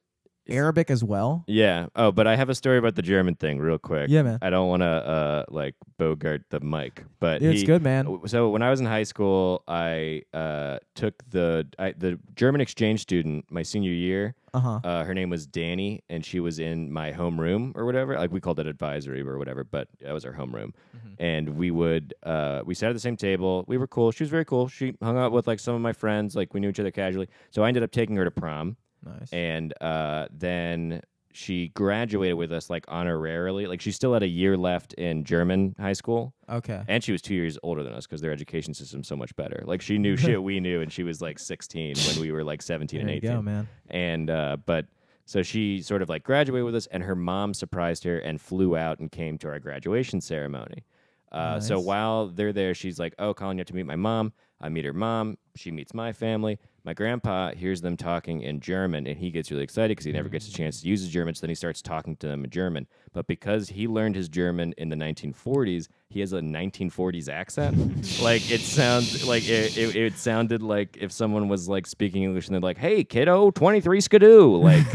B: Arabic as well.
C: Yeah. Oh, but I have a story about the German thing, real quick.
B: Yeah, man.
C: I don't want to uh like bogart the mic, but
B: Dude, it's
C: he-
B: good, man.
C: w- So when I was in high school, I uh took the I, the German exchange student my senior year.
B: Uh huh.
C: Uh, her name was Danny, and she was in my homeroom or whatever. Like we called it advisory or whatever, but that was our homeroom. And we would uh, we sat at the same table. We were cool. She was very cool. She hung out with like some of my friends. Like we knew each other casually. So I ended up taking her to prom
B: Nice.
C: and uh, then she graduated with us like honorarily. Like she still had a year left in German high school,
B: Okay.
C: and she was two years older than us because their education system's so much better. Like she knew shit we knew, and she was like 16 when we were like 17
B: There
C: and
B: you
C: 18.
B: go, man.
C: And uh, but so she sort of like graduated with us, and her mom surprised her and flew out and came to our graduation ceremony. Uh, So
B: Nice.
C: while they're there, she's like, "Oh, Colin, you have to meet my mom." I meet her mom. She meets my family. My grandpa hears them talking in German, and he gets really excited because he never gets a chance to use his German. So then he starts talking to them in German. But because he learned his German in the 1940s, he has a 1940s accent. like it sounds like it, it, it sounded like if someone was like speaking English and they're like, "Hey, kiddo, 23 skidoo," like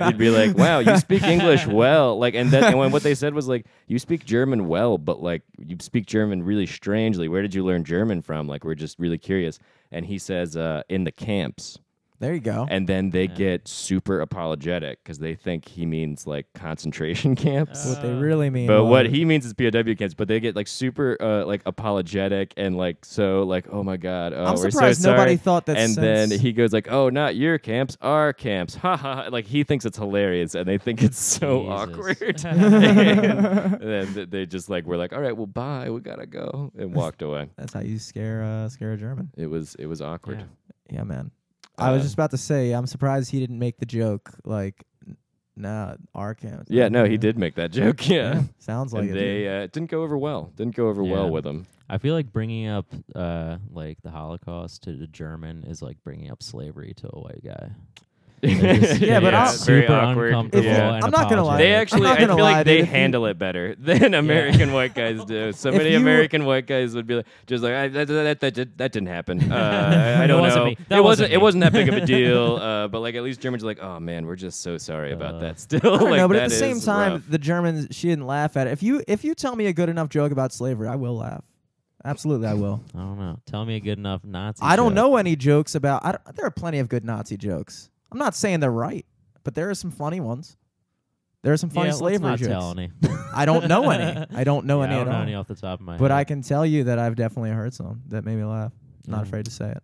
C: you'd be like, "Wow, you speak English well." Like, and then and when what they said was like, "You speak German well, but like you speak German really strangely. Where did you learn German from?" Like, we're just really curious. And he says, uh, "In the camps."
B: There you go.
C: And then they get super apologetic because they think he means like concentration camps.
B: what
A: uh,
B: they really mean.
C: But what
B: was-
C: he means is POW camps, but they get like super uh, like apologetic and like so like oh my god, oh
B: I'm
C: we're
B: surprised
C: so sorry.
B: nobody thought that
C: And then
B: since-
C: he goes like, oh, not your camps, our camps, ha ha. ha. Like he thinks it's hilarious, and they think it's so
A: Jesus.
C: awkward. and then th- they just like we're like, all right, well, bye, we gotta go, and walked away.
B: That's how you scare uh, scare a German.
C: It was it was awkward.
A: Yeah.
B: Yeah, man. I was
A: Um,
C: Uh,
B: just about to say, I'm surprised he didn't make the joke. Like, n- nah, our camp.
C: Yeah, no, he did make that joke. Yeah.
B: Sounds like
C: And
B: it.
C: they uh, it didn't go over well. Didn't go over well
A: Yeah.
C: with him.
A: I feel like bringing up uh like the Holocaust to the German is like bringing up slavery to a white guy. It's
B: Yeah, but I'll-
A: it's super uncomfortable.
B: If-
A: and
B: I'm not gonna lie.
A: apologetic.
C: They actually,
B: not
C: I
B: gonna
C: feel
B: lie,
C: like they
B: dude, if you-
C: handle it better than American white guys do. So
B: If
C: many
B: you-
C: American white guys would be like, just like, I, that, that, that, that, that didn't happen. Uh, I
A: That
C: don't
A: wasn't
C: know.
A: me. That
C: it
A: wasn't
C: It
A: me."
C: wasn't that big of a deal. Uh, but like, at least Germans are like, oh man, we're just so sorry about
A: Uh,
C: that. Still,
B: I don't
C: like,
B: know, but at
C: that
B: the same
C: is
B: time,
C: rough.
B: the Germans she didn't laugh at it. If you if you tell me a good enough joke about slavery, I will laugh. Absolutely, I will.
A: I don't know. Tell me a good enough Nazi.
B: I don't
A: joke.
B: know any jokes about. I don't, there are plenty of good Nazi jokes. I'm not saying they're right, but there are some funny ones. There are some funny
A: Yeah,
B: slavery
A: let's not
B: jokes.
A: tell any.
B: I don't know any. I don't know
A: Yeah,
B: any
A: I
B: at
A: don't know
B: all.
A: any off the top of my
B: but I
A: head.
B: can tell you that I've definitely heard some that made me laugh. Not
A: Yeah.
B: afraid to say it.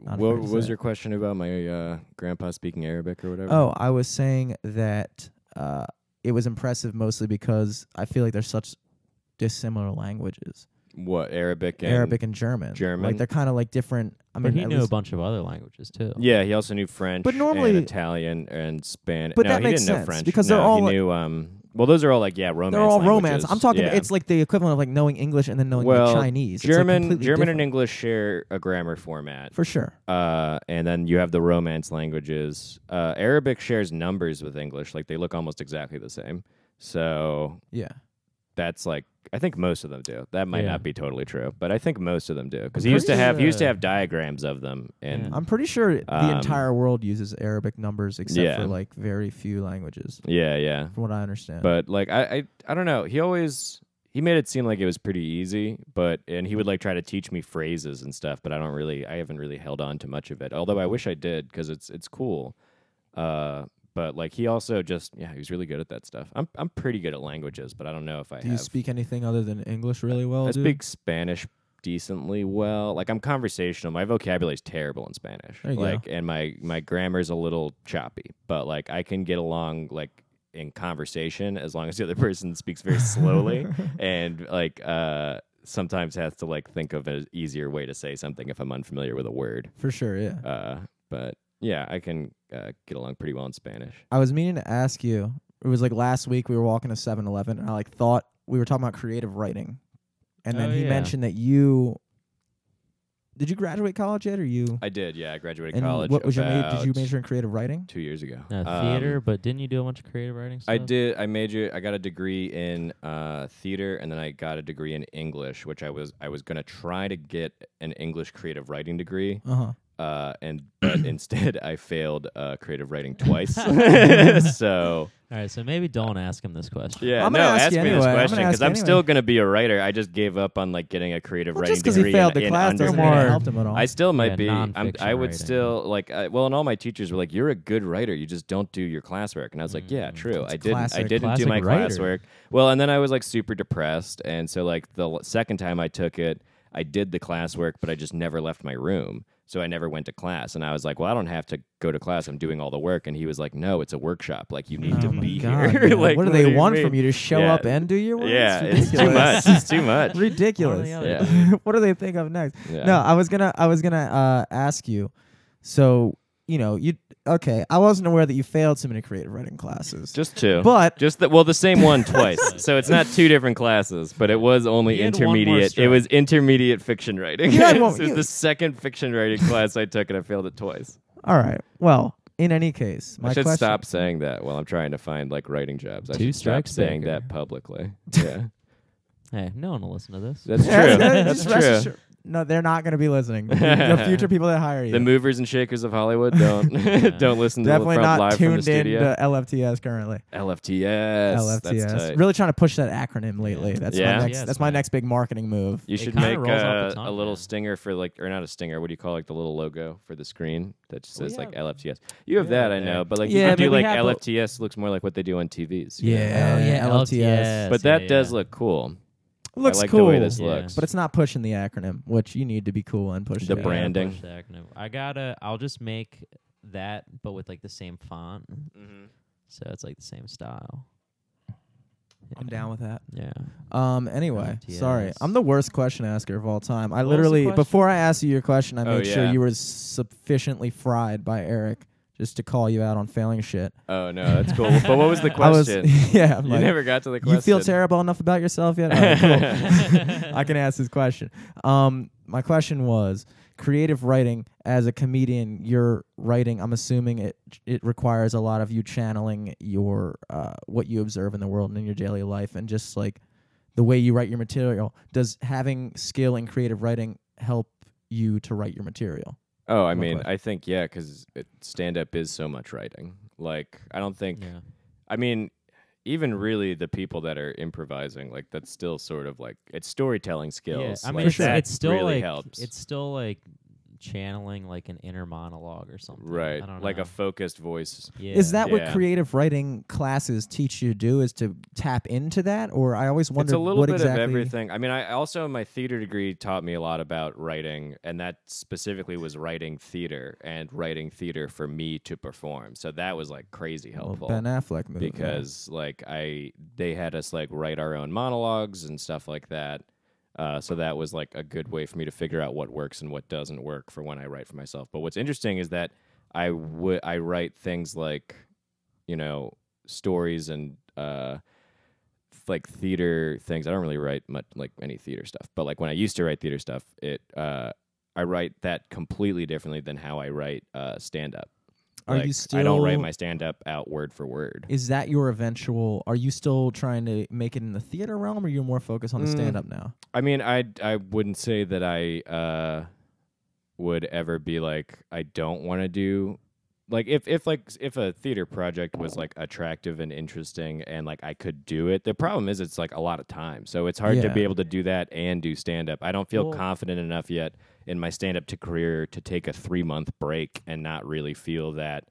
B: Not
C: what
B: afraid to
C: was
B: say
C: your question about my uh, grandpa speaking Arabic or
B: it.
C: whatever?
B: Oh, I was saying that uh, it was impressive mostly because I feel like they're such dissimilar languages.
C: what Arabic? And,
B: Arabic and German.
C: German.
B: Like they're kind of like different. I
A: But
B: mean,
A: he
B: at
A: knew a
B: least-
A: bunch of other languages too.
C: Yeah, he also knew French,
B: But normally-
C: and Italian and Spanish.
B: But
C: no,
B: that
C: he
B: makes
C: didn't know
B: sense,
C: French
B: because
C: No,
B: they're all
C: he
B: like-
C: knew. Um, well, those are all like yeah, romance.
B: they're all romance.
C: languages.
B: I'm talking.
C: Yeah.
B: It's like the equivalent of like knowing English and then knowing like,
C: well,
B: Chinese. It's, like,
C: German, German,
B: completely
C: and
B: different.
C: English share a grammar format,
B: for sure.
C: uh, and then you have the Romance languages. Uh, Arabic shares numbers with English; like they look almost exactly the same. So
B: Yeah.
C: that's like I think most of them do. That might
A: Yeah.
C: not be totally true, but I think most of them do because
A: I'm
C: he used to
A: pretty
C: have he used to
A: sure-
C: have diagrams of them, and
A: Yeah.
B: I'm pretty sure
C: Um,
B: the entire world uses Arabic numbers except
C: yeah.
B: for like very few languages,
C: yeah, yeah.
B: from what I understand.
C: But like I, I I don't know. He always he made it seem like it was pretty easy, but and he would like try to teach me phrases and stuff, but I don't really I haven't really held on to much of it. Although I wish I did cuz it's it's cool. Uh but like he also just yeah, he was really good at that stuff. I'm I'm pretty good at languages, but I don't know if I
B: Do you
C: have
B: speak anything other than English really well?
C: I
B: Oh, dude?
C: speak Spanish decently well. Like I'm conversational. My vocabulary is terrible in Spanish.
B: There you go.
C: like and my my grammar's a little choppy, but like I can get along like in conversation as long as the other person speaks very slowly and like uh sometimes has to like think of an easier way to say something if I'm unfamiliar with a word.
B: for sure. Yeah.
C: Uh but yeah, I can uh, get along pretty well in Spanish.
B: I was meaning to ask you. It was like last week we were walking to 7-Eleven, and I like thought we were talking about creative writing, and then
A: Oh,
B: he
A: yeah.
B: mentioned that you did you graduate college yet, or you?
C: I did, yeah. I graduated
B: and
C: college.
B: what was your major? Did you
C: about
B: major in creative writing?
C: two years ago?
A: Uh,
C: Um,
A: theater, but didn't you do a bunch of creative writing stuff?
C: I did. I majored. I got a degree in uh, theater, and then I got a degree in English, which I was I was gonna try to get an English creative writing degree,
B: Uh huh.
C: uh, uh, and but instead I failed uh, creative writing twice. so
A: All right, so maybe don't ask him this question.
C: yeah,
B: I'm
C: no,
B: gonna ask
C: ask me
B: you
C: this
B: anyway. I'm
C: question
B: gonna
C: because
B: ask
C: I'm
B: you
C: still
B: anyway.
C: gonna be a writer. I just gave up on like getting a creative
B: Well,
C: writing
B: just because
C: degree.
B: he failed
C: in,
B: the
C: in
B: class doesn't
C: undergrad.
B: mean it
A: More-
B: helped him at all.
C: I still might
A: Yeah,
C: be. I'm, I
A: nonfiction
C: would
A: writing.
C: still like. I, well, and all my teachers were like, "You're a good writer. You just don't do your classwork." And I was like, "Yeah, true. I didn't. I
B: Mm, classic.
C: didn't
A: Classic
C: do my
A: writer.
C: classwork." Well, and then I was like super depressed, and so like the l- second time I took it, I did the classwork, but I just never left my room. So I never went to class, and I was like, "Well, I don't have to go to class. I'm doing all the work." And he was like, "No, it's a workshop. Like you need
B: Oh
C: to
B: my
C: be
B: God,
C: here.
B: man.
C: like,
B: what do they
C: you
B: want
C: mean?
B: from you to show
C: Yeah.
B: up and do your work?
C: Yeah,
B: it's
C: it's too much.
B: ridiculous.
C: It's too much.
B: ridiculous.
A: One or the
C: other,
B: what do they think of next?
C: Yeah.
B: No, I was gonna I was gonna uh, ask you. So you know you okay. I wasn't aware that you failed so many creative writing classes.
C: Just two.
B: But-
C: just the well, the same one twice. so it's not two different classes, but it was only
A: He had one more
C: intermediate. It
A: strike.
C: was intermediate fiction writing.
B: You had
C: This
B: one-
C: is
B: you-
C: the second fiction writing class I took, and I failed it twice.
B: All right. Well, in any case, my
C: I should
B: question.
C: stop saying that while I'm trying to find like writing jobs. I
A: Two
C: should stop
A: strikes
C: saying
A: back.
C: that publicly. Yeah,
A: Hey, no one will listen to this.
C: that's
B: Yeah,
C: true.
B: that's-
C: that's
B: just rest
C: true.
B: assured- No, they're not going to be listening. The fu- the future people that hire you.
C: The movers and shakers of Hollywood don't don't listen to
B: Definitely
C: from
B: not
C: live from the
B: tuned in
C: studio.
B: to LFTS currently.
C: LFTS.
B: LFTS.
C: That's tight.
B: Really trying to push that acronym lately. That's
C: Yeah.
B: my next.
A: Yes,
B: that's my
A: man.
B: next big marketing move.
C: You
A: It
C: should
A: kinda
C: make
A: rolls off
C: uh,
A: the
C: a
A: tongue,
C: little
A: man.
C: stinger for like, or not a stinger. What do you call like the little logo for the screen that just
A: Oh,
C: says like
A: yeah.
C: LFTS? You have
A: Yeah,
C: that, I
A: there.
C: know, but like
B: Yeah,
C: you could do
A: maybe
C: like
A: have a-
C: LFTS looks more like what they do on TVs. you know?
B: Oh, Yeah, LFTS.
C: but that does look cool.
B: Looks
C: I like
B: cool,
C: the way this
A: Yeah.
C: looks.
B: but it's not pushing the acronym, which you need to be cool and push
A: Yeah,
C: The
B: it.
A: I gotta
C: brand. branding.
A: push the acronym. I gotta. I'll just make that, but with like the same font,
C: Mm-hmm.
A: so it's like the same style.
B: I'm down with that.
A: Yeah.
B: Um. Anyway,
A: LFTS.
B: sorry, I'm the worst question asker of all time. I
A: What was the
B: literally
A: question?
B: before I asked you your question, I
C: Oh,
B: made sure
C: yeah.
B: you were sufficiently fried by Eric just to call you out on failing shit.
C: Oh no, that's cool. but what was the
B: I was,
C: question?
B: yeah. I'm
C: you
B: like,
C: never got to the question.
B: you feel terrible enough about yourself yet? All right, cool. I can ask this question. Um, my question was creative writing as a comedian. You're writing. I'm assuming it it requires a lot of you channeling your uh, what you observe in the world and in your daily life, and just like the way you write your material. Does having skill in creative writing help you to write your material?
C: Oh, I
B: My
C: mean,
B: question.
C: I think yeah, because stand up is so much writing. Like, I don't think
A: Yeah.
C: I mean, even really the people that are improvising, like that's still sort of like it's storytelling skills.
A: I mean,
C: like,
A: it's,
C: that
A: it's still
C: really
A: like
C: helps.
A: it's still like channeling like an inner monologue or something.
C: right,
A: I don't
C: like
A: know.
C: a focused voice.
A: yeah.
B: Is that what
C: Yeah.
B: creative writing classes teach you to do? Is to tap into that, or I always wonder
C: It's a little
B: what
C: bit
B: exactly.
C: of everything. I mean, I also my theater degree taught me a lot about writing, and that specifically was writing theater and writing theater for me to perform. So that was like crazy
B: Well,
C: helpful.
B: Ben Affleck movie.
C: because like I they had us like write our own monologues and stuff like that. Uh, so that was like a good way for me to figure out what works and what doesn't work for when I write for myself. But what's interesting is that I would I write things like you know stories and uh th- like theater things. I don't really write much like any theater stuff, but like when I used to write theater stuff, it uh I write that completely differently than how I write uh stand up.
B: Are you
C: I don't write
B: still-
C: my stand up out word for word.
B: Is that your eventual? Are you still trying to make it in the theater realm, or you're more focused on the
C: Mm.
B: stand up now?
C: I mean, I I wouldn't say that I uh, would ever be like I don't want to do like if if like if a theater project was like attractive and interesting and like I could do it. The problem is it's like a lot of time, so it's hard to
B: Yeah.
C: be able to do that and do stand up. I don't feel
A: Well-
C: confident enough yet in my stand up to career to take a three month break and not really feel that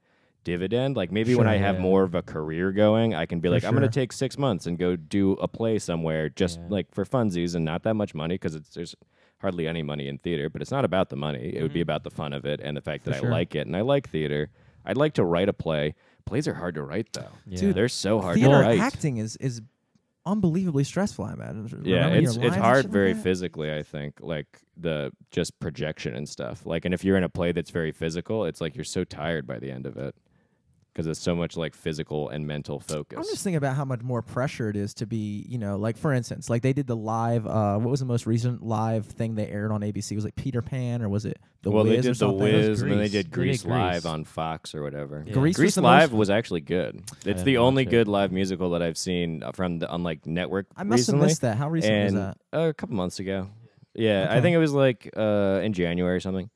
C: dividend like maybe when
B: Sure,
C: i have
A: yeah.
C: more of a career going i can be
B: For
C: like i'm gonna
B: sure.
C: take six months and go do a play somewhere just
A: Yeah.
C: like like for funsies and not that much money because it's there's hardly any money in theater. But it's not about the money. It would be about the fun of it and the fact that
B: Mm-hmm. sure.
C: I like it and I like theater. I'd like to write a play. Plays are hard to write though.
A: Yeah.
B: Dude,
C: They're so hard to
B: theater
C: write.
B: acting is is unbelievably stressful. I imagine.
C: yeah,
B: Remembering
C: it's
B: your lines
C: it's
B: and
C: hard
B: shit like
C: very
B: that?
C: physically, I think. Like the just projection and stuff. Like and if you're in a play that's very physical, it's like you're so tired by the end of it. Because it's so much like physical and mental focus.
B: I'm just thinking about how much more pressure it is to be, you know, like for instance, like they did the live. Uh, what was the most recent live thing they aired on ABC? Was it Peter Pan or was it The
C: well,
B: Wiz
C: they
B: or
C: did The
B: something?
C: Wiz, and then they
A: Grease.
C: did
A: They did
C: Grease, Live
A: Grease.
C: on Fox or whatever.
A: Yeah.
B: Grease, was
C: Grease
B: the
C: Live
B: Most,
C: was actually good. It's
A: didn't
C: the only
A: watch it.
C: good live musical that I've seen from the, on like network.
B: I must
C: recently.
B: have missed that. How recent
C: and
B: was that?
C: a couple months ago. Yeah, I
B: Okay.
C: think it was like uh, in January or something.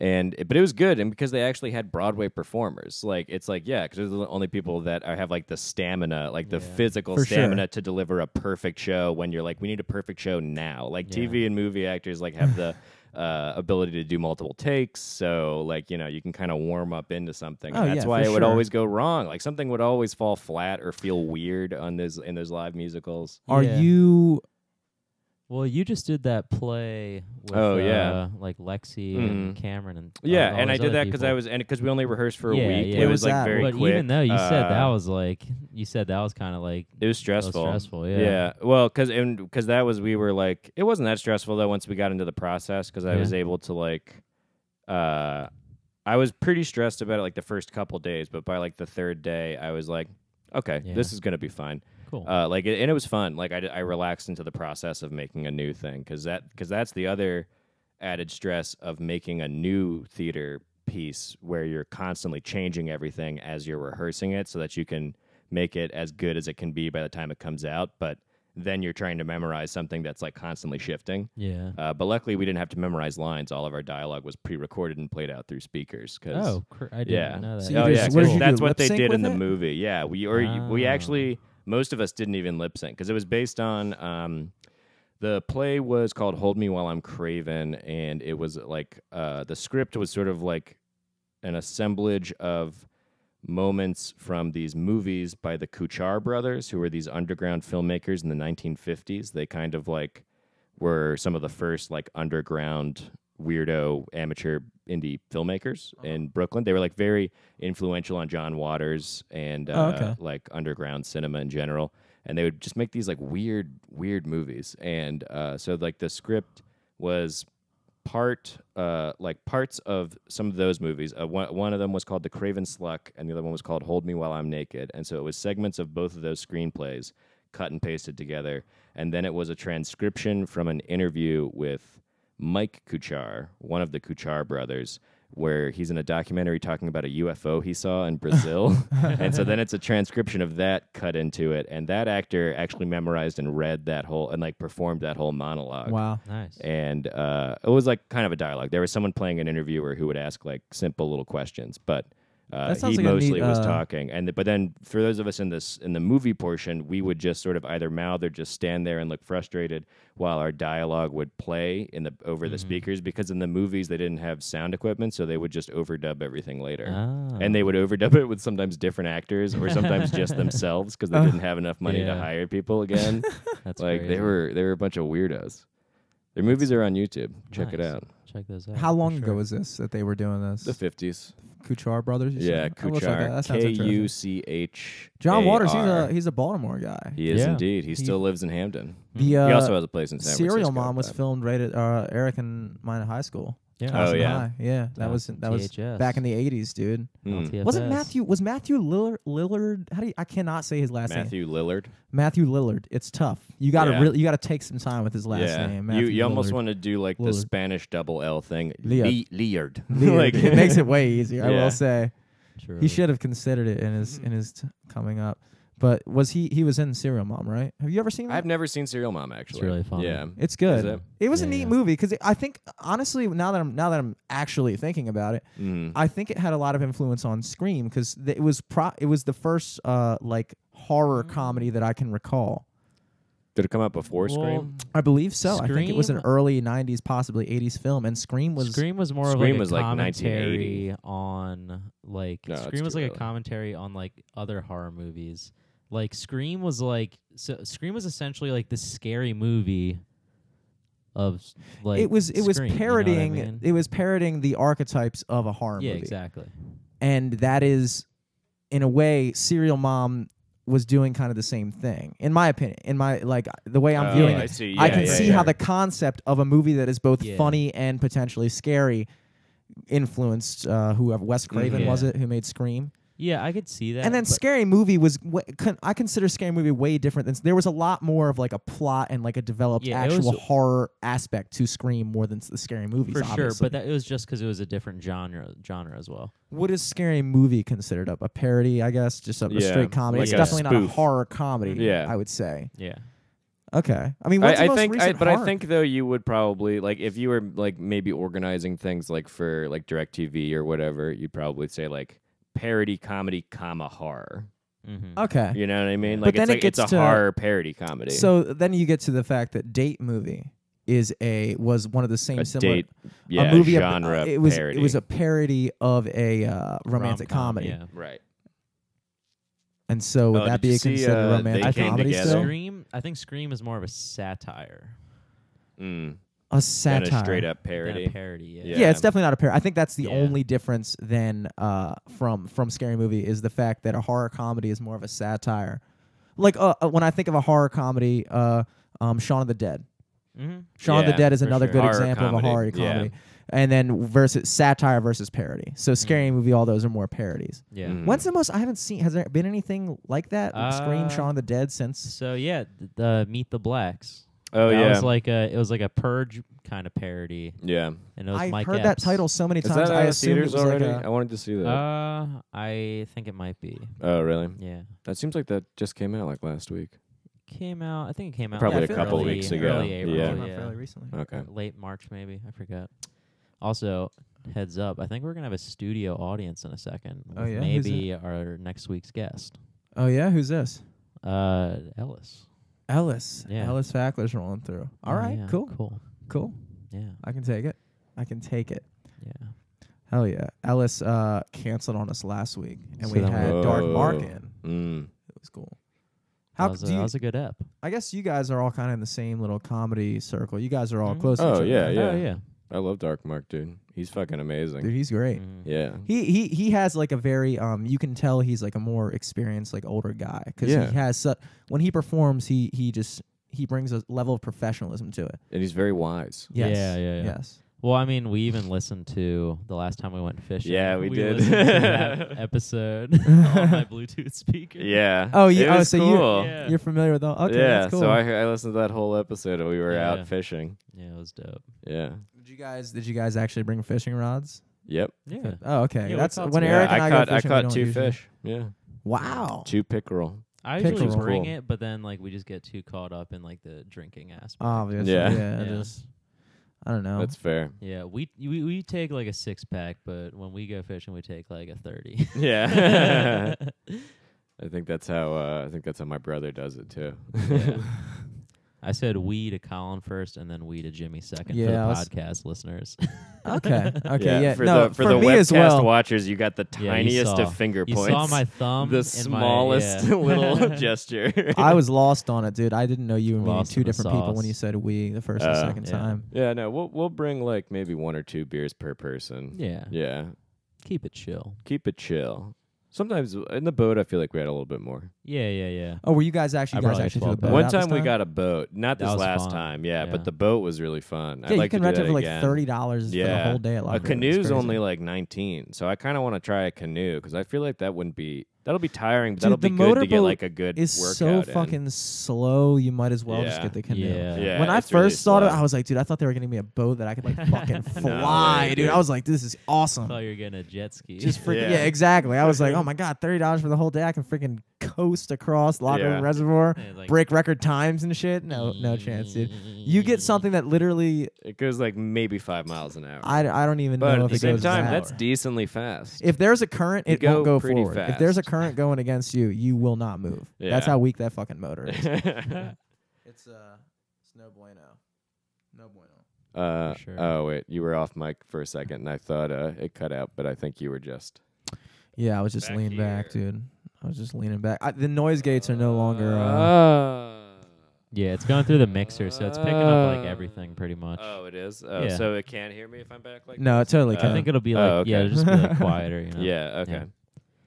C: and but it was good and because they actually had broadway performers like it's like yeah because they're the only people that are, have like the stamina like the
A: Yeah.
C: physical
B: For sure.
C: stamina to deliver a perfect show when you're like we need a perfect show now like
A: Yeah.
C: tv and movie actors like have the uh, ability to do multiple takes so like you know you can kind of warm up into something and
B: Oh,
C: that's
B: yeah,
C: why it
B: for
C: would
B: sure.
C: always go wrong like something would always fall flat or feel weird on those in those live musicals
B: Are
A: Yeah.
B: you
A: Well, you just did that play with
C: Oh, yeah. Mm-hmm.
A: uh, like Lexi and Cameron and
C: yeah
A: all
C: and i
A: these
C: did
A: other
C: that because i
A: people.
C: was and because we only rehearsed for a
A: Yeah, yeah.
C: week it
A: What
C: was
B: was
C: like
B: that?
C: very
A: But
C: quick
A: even though you said that
C: Uh,
A: was like you said that was kind of like
C: It was stressful.
A: stressful, yeah.
C: Well, because and because that was we were like it wasn't that stressful though once we got into the process because I
A: Yeah.
C: was able to like, uh, I was pretty stressed about it like the first couple days, but by like the third day I was like, okay,
A: Yeah.
C: this is gonna be fine.
A: cool.
C: Uh, like it, and it was fun. Like I, d- I relaxed into the process of making a new thing because that because that's the other added stress of making a new theater piece where you're constantly changing everything as you're rehearsing it so that you can make it as good as it can be by the time it comes out. But then you're trying to memorize something that's like constantly shifting.
A: yeah.
C: Uh, but luckily, we didn't have to memorize lines. All of our dialogue was pre-recorded and played out through speakers. 'cause-
A: Oh, cr- I didn't
C: yeah.
A: know that.
B: So you
C: oh,
B: just-
C: yeah.
B: what did
C: 'cause
B: you do,
C: that's what
B: lip
C: they
B: sync
C: did
B: with
C: in the
B: it?
C: movie. Yeah, we or you we
A: Ah.
C: actually most of us didn't even lip sync because it was based on um, the play was called "Hold Me While I'm Craven" and it was like uh, the script was sort of like an assemblage of moments from these movies by the Kuchar brothers, who were these underground filmmakers in the 1950s. They kind of like were some of the first like underground weirdo amateur indie filmmakers
B: Uh-huh.
C: in Brooklyn. They were like very influential on John Waters and
B: Oh,
C: uh,
B: okay.
C: like underground cinema in general. And they would just make these like weird, weird movies. And uh, so like the script was part uh like parts of some of those movies uh, one, one of them was called the craven sluck and the other one was called hold me while i'm naked and so it was segments of both of those screenplays cut and pasted together and then it was a transcription from an interview with mike kuchar one of the kuchar brothers where he's in a documentary talking about a UFO he saw in Brazil. and so then it's a transcription of that cut into it. And that actor actually memorized and read that whole and like performed that whole monologue
B: wow?
A: nice.
C: and uh, it was like kind of a dialogue. There was someone playing an interviewer who would ask like simple little questions, but uh,
B: That
C: he
B: sounds like a
C: mostly
B: neat,
C: was
B: uh,
C: talking. And th- but then for those of us in this in the movie portion, we would just sort of either mouth or just stand there and look frustrated while our dialogue would play in the over
B: Mm-hmm.
C: the speakers because in the movies they didn't have sound equipment, so they would just overdub everything later.
A: Ah.
C: And
B: Oh.
C: they would overdub it with sometimes different actors or sometimes just themselves because they didn't have enough money to
A: Yeah.
C: hire people again.
A: That's
C: like
A: crazy.
C: they were they were a bunch of weirdos. Their movies are on YouTube. Check it
A: Nice.
C: out.
A: Check those out.
B: How
A: for
B: long ago
A: sure.
B: was this that they were doing this?
C: The fifties.
B: Kuchar brothers. you
C: Yeah,
B: said? I will check that. That
C: Kuchar.
B: sounds
C: K
B: interesting.
C: U C H.
B: John Waters. He's a he's a Baltimore guy.
C: He is
A: Yeah.
C: indeed. He,
B: He-
C: still lives in Hampton.
B: The uh,
C: Mm-hmm. he also has a place in San
B: Serial
C: Francisco,
B: Mom was
C: but-
B: filmed right at uh, Eric and mine at high school.
A: Yeah.
C: Oh,
B: Towson
C: yeah.
B: High. yeah. That was
A: Towson
B: that was
A: THS.
B: back in the '80s, dude.
C: Hmm.
A: LTFS.
B: Wasn't Matthew was Matthew Lillard, Lillard? How do you, I cannot say his last name.
C: Matthew Lillard.
B: Matthew Lillard. It's tough. You got to
C: Yeah.
B: really you got to take some time with his last
C: yeah.
B: name.
C: you
B: Matthew
C: you almost
B: Lillard.
C: want to do like the
B: Lillard.
C: Spanish double L thing.
B: Liard.
C: Le- Liard.
B: Lillard.
C: like
B: it makes it way easier. I
C: Yeah.
B: will say
A: True.
B: he should have considered it in his in his t- coming up. But was he he was in Serial Mom, right? Have you ever seen that?
C: I've never seen Serial Mom actually.
A: really funny.
C: Yeah.
B: It's good.
C: it?
B: It? was a
A: Yeah,
B: neat
A: yeah.
B: movie because I think honestly, now that I'm now that I'm actually thinking about it,
C: Mhm.
B: I think it had a lot of influence on Scream because it was pro it was the first uh like
A: Mm.
B: horror comedy that I can recall.
C: Did it come out before Scream?
B: I believe so. I think it was an
A: Scream-
B: early '90s, possibly '80s film, and Scream was
A: Scream was more
C: Scream
A: of like
C: was,
A: a
C: like,
A: commentary
C: 1980.
A: on like
C: No, that's
A: Scream was
C: too
A: like
C: early.
A: a commentary on like other horror movies. Like Scream was like so Scream was essentially like the scary movie of s- like
B: it was it was
A: Scream, you know what I
B: parodying
A: mean?
B: it was parodying the archetypes of a horror
A: yeah,
B: movie,
A: exactly.
B: and that is in a way Serial Mom was doing kind of the same thing in my opinion in my like the way i'm
C: Oh,
B: viewing
C: I
B: it
C: see.
B: I
C: Yeah,
B: can
C: yeah,
B: see
C: yeah.
B: how the concept of a movie that is both
A: Yeah.
B: funny and potentially scary influenced uh, whoever Wes Craven
A: Yeah.
B: was it who made Scream,
A: Yeah, I could see that.
B: and then
A: but-
B: Scary Movie was wa- con- I consider Scary Movie way different than there was a lot more of like a plot and like a developed
A: Yeah, it
B: actual
A: was-
B: horror aspect to Scream more than s- the Scary movies.
A: for sure,
B: obviously.
A: but that it was just because it was a different genre genre as well.
B: what is Scary Movie considered up? A parody, I guess, just a, a
C: Yeah,
B: straight comedy.
C: like
B: it's
A: a
B: definitely not a
C: spoof.
B: horror comedy.
C: Yeah.
B: I would say.
A: Yeah,
B: Okay. I mean, what's
C: I,
B: the
C: I
B: most
C: think, I,
B: recent
C: but I
B: harm?
C: think though you would probably like if you were like maybe organizing things like for like Directv or whatever, you'd probably say like parody comedy, comma horror.
A: Mm-hmm.
B: Okay.
C: You know what I mean?
B: Eh. But
C: Like
B: then
C: it's
B: it
C: like it's a
B: gets to-
C: horror parody comedy.
B: So then you get to the fact that date movie is a was one of the same
C: a
B: similar
C: date, yeah,
B: a movie ab-
C: genre.
B: uh, it was
C: parody.
B: it was a parody of a uh, romantic comedy,
A: Yeah.
C: right.
B: and so would
C: Oh,
B: that
C: did
B: be
C: you
B: a
C: see,
B: considered
C: uh, They
A: I
B: romantic
C: Came
A: think
B: comedy
C: Together?
B: still?
A: Scream. I think Scream is more of a satire
C: Mm.
B: A
C: And
B: satire,
C: a straight up
A: than a
C: parody.
A: parody. Yeah.
B: Yeah.
C: Yeah.
B: it's definitely not a parody. I think that's the
A: Yeah.
B: only difference than uh, from from Scary Movie is the fact that a horror comedy is more of a satire. Like uh, uh, when I think of a horror comedy, uh, um, Shaun of the Dead.
A: Mm-hmm.
B: Shaun of the
C: Yeah,
B: Dead is
A: for
B: another
A: sure.
B: good
C: Horror
B: example of a
C: comedy,
B: horror
C: yeah.
B: comedy. And then versus satire versus parody.
A: Mm-hmm.
B: So Scary Movie, all those are more parodies.
A: Yeah.
C: Mm.
B: When's the most I haven't seen? Has there been anything like that? Like Scream,
A: Uh,
B: Shaun of the Dead since?
A: So yeah, th- the Meet the Blacks.
C: Oh
A: that
C: yeah,
A: was like a it was like a purge kind of parody,
C: yeah.
A: and it was
B: I've
A: Mike
B: heard that
A: Epps.
B: title so many
C: Is
B: times.
C: that out
B: I
C: of
B: assumed it
C: theaters
B: was like
C: already? I
B: a,
C: wanted to see that.
A: Uh, I think it might be.
C: oh really?
A: Yeah,
C: That seems like that just came out like last week.
A: came out. I think it came out
C: Probably
A: like
C: a couple
A: early-
C: weeks ago.
A: Early April,
C: Yeah.
A: yeah,
B: fairly recently.
C: Okay.
A: Uh, late March maybe. I forgot. Also, heads up, I think we're gonna have a studio audience in a second.
B: Oh,
A: with
B: yeah? Who's
A: maybe our next week's guest,
B: Oh yeah, who's this?
A: uh, Ellis.
B: Ellis.
A: Yeah.
B: Ellis Fackler's rolling through. All
A: Oh,
B: right,
A: yeah,
B: cool,
A: cool.
B: cool.
A: Yeah,
B: I can take it. I can take it.
A: yeah.
B: Hell yeah. Ellis uh, canceled on us last week, and
A: So
B: we
A: then we-
B: had Dark Mark
C: Whoa.
B: in. It
C: Mm.
B: was cool. How
A: that was,
B: do
A: a, that
B: you,
A: was a good ep.
B: I guess you guys are all kind of in the same little comedy circle. You guys are all
A: Mhm.
B: close. to
C: Oh,
B: each other,
C: yeah,
B: right?
A: Oh yeah.
C: I love Dark Mark, dude. He's fucking amazing.
B: Dude, he's great.
A: Mhm.
C: Yeah.
B: He he he has like a very um. You can tell he's like a more experienced, like older guy because
C: Yeah.
B: he has su- when he performs, he he just he brings a level of professionalism to it.
C: And he's very wise.
B: Yes.
A: Yeah, yeah, yeah.
B: Yes.
A: Well, I mean, we even listened to the last time we went fishing.
C: Yeah, we did.
A: listened to that episode on my Bluetooth speaker.
C: Yeah.
B: Oh, yeah.
C: It
B: Oh,
C: was
B: so you-
C: cool.
A: Yeah.
B: You're familiar with all. Okay,
C: yeah.
B: that's cool.
C: So I, I listened to that whole episode and we were
A: Yeah.
C: out fishing.
A: Yeah, it was dope.
C: Yeah.
B: did you guys did you guys actually bring fishing rods?
C: Yep.
A: Yeah.
B: Oh, okay.
A: Yeah, we
B: that's
A: caught
B: when
A: some-
B: Eric
C: yeah,
B: and
C: I,
B: I,
C: caught
B: go fishing. we
C: I caught
B: don't
C: two
B: usually-
C: fish. Yeah.
B: Wow.
C: Two pickerel.
A: I
B: Pickles
A: usually
B: are
A: bring
C: cool.
A: it, but then like we just get too caught up in like the drinking aspect.
B: Obviously. Yeah.
C: Yeah.
A: yeah.
B: Just I don't know.
C: That's fair.
A: Yeah, we, we we take like a six pack, but when we go fishing, we take like a thirty.
C: Yeah.
A: yeah.
C: I think that's how uh, I think that's how my brother does it too.
A: I said we to Colin first, and then we to Jimmy second for the
B: Yeah, let's-
A: podcast listeners.
B: okay. Okay. Yeah.
C: For the
B: no, for,
C: for, the
B: me
C: webcast
B: as well.
C: watchers, you got the
A: Yeah, you
C: tiniest
A: saw-
C: of finger
A: you
C: points.
A: saw my thumb,
C: the
A: and my-
C: smallest
A: yeah.
C: little gesture.
B: I was lost on it, dude. I didn't know you were meeting
A: Lost
B: two
A: in the
B: different people when
A: sauce.
B: you said we the first and
C: Uh,
B: second
A: yeah.
B: time.
C: Yeah, no, we'll we'll bring like maybe one or two beers per person.
A: Yeah.
C: Yeah,
A: Keep it chill.
C: keep it chill. Sometimes in the boat, I feel like we had a little bit more.
A: Yeah, yeah, yeah.
B: Oh, were you guys actually
A: I
B: you guys
A: probably
B: actually through the
A: swallowed
B: boat
A: that.
C: One
B: out this
C: time we got a boat, not
A: That
C: this
A: was
C: last
A: fun.
C: time, yeah,
A: Yeah.
C: but the boat was really fun.
B: Yeah,
C: I'd
B: you
C: like
B: can
C: to
B: rent
C: do
B: it
C: that
B: for like
C: again.
B: thirty dollars for the
C: Yeah.
B: whole day. At
C: A
B: Lockwood. It's
C: canoe's
B: crazy.
C: only like nineteen, so I kind of want to try a canoe because I feel like that wouldn't be that'll be tiring, but
B: Dude,
C: that'll
B: the
C: be good to get
B: motorboat
C: like a good
B: is
C: workout.
B: so
C: in.
B: fucking slow. You might as well just
C: Yeah.
B: get the canoe.
A: Yeah.
C: Yeah,
B: when I
C: it's
B: first
C: really
B: saw it,
C: slow.
B: I was like, dude, I thought they were gonna be a boat that I could like fucking fly,
C: way,
B: dude.
C: dude.
B: I was like, this is awesome.
A: thought you were getting a jet ski.
B: Um, Just freaking yeah.
C: Yeah.
B: exactly. I was like, oh my god, thirty dollars for the whole day. I can freaking coast across Locker
C: Yeah.
B: Room Reservoir,
A: Yeah, like-
B: break record times and shit. No, no chance, dude. You
C: Mm.
B: get something that literally
C: It goes like maybe five miles an hour,
B: I, I don't even
C: but
B: know
C: at
B: if
C: the
B: it
C: same
B: goes
C: time,
B: that
C: that's
B: far.
C: decently fast.
B: If there's a current,
C: You
B: it won't
C: go
B: go
C: pretty
B: forward. If there's a
C: fast.
B: current going against you, you will not move. That's
C: Yeah.
B: how weak that fucking motor is. it's uh, it's no bueno, no bueno.
C: Uh,
A: sure.
C: Oh wait, you were off mic for a second, and I thought uh, it cut out, but I think you were just.
B: Yeah, I was just
C: Back
B: leaning back,
C: here.
B: dude. I was just leaning back. I, the noise gates are no longer. Uh,
C: Uh,
A: Yeah, it's going through the mixer, so it's picking up like everything pretty much.
C: oh, it is. Oh,
A: Yeah.
C: so it can't hear me if I'm back like.
B: no, it totally.
C: I
A: I
B: can.
A: think it'll be
C: Oh,
A: like yeah,
C: okay.
A: it'll just be like quieter, you know.
C: Yeah. Okay.
A: Yeah.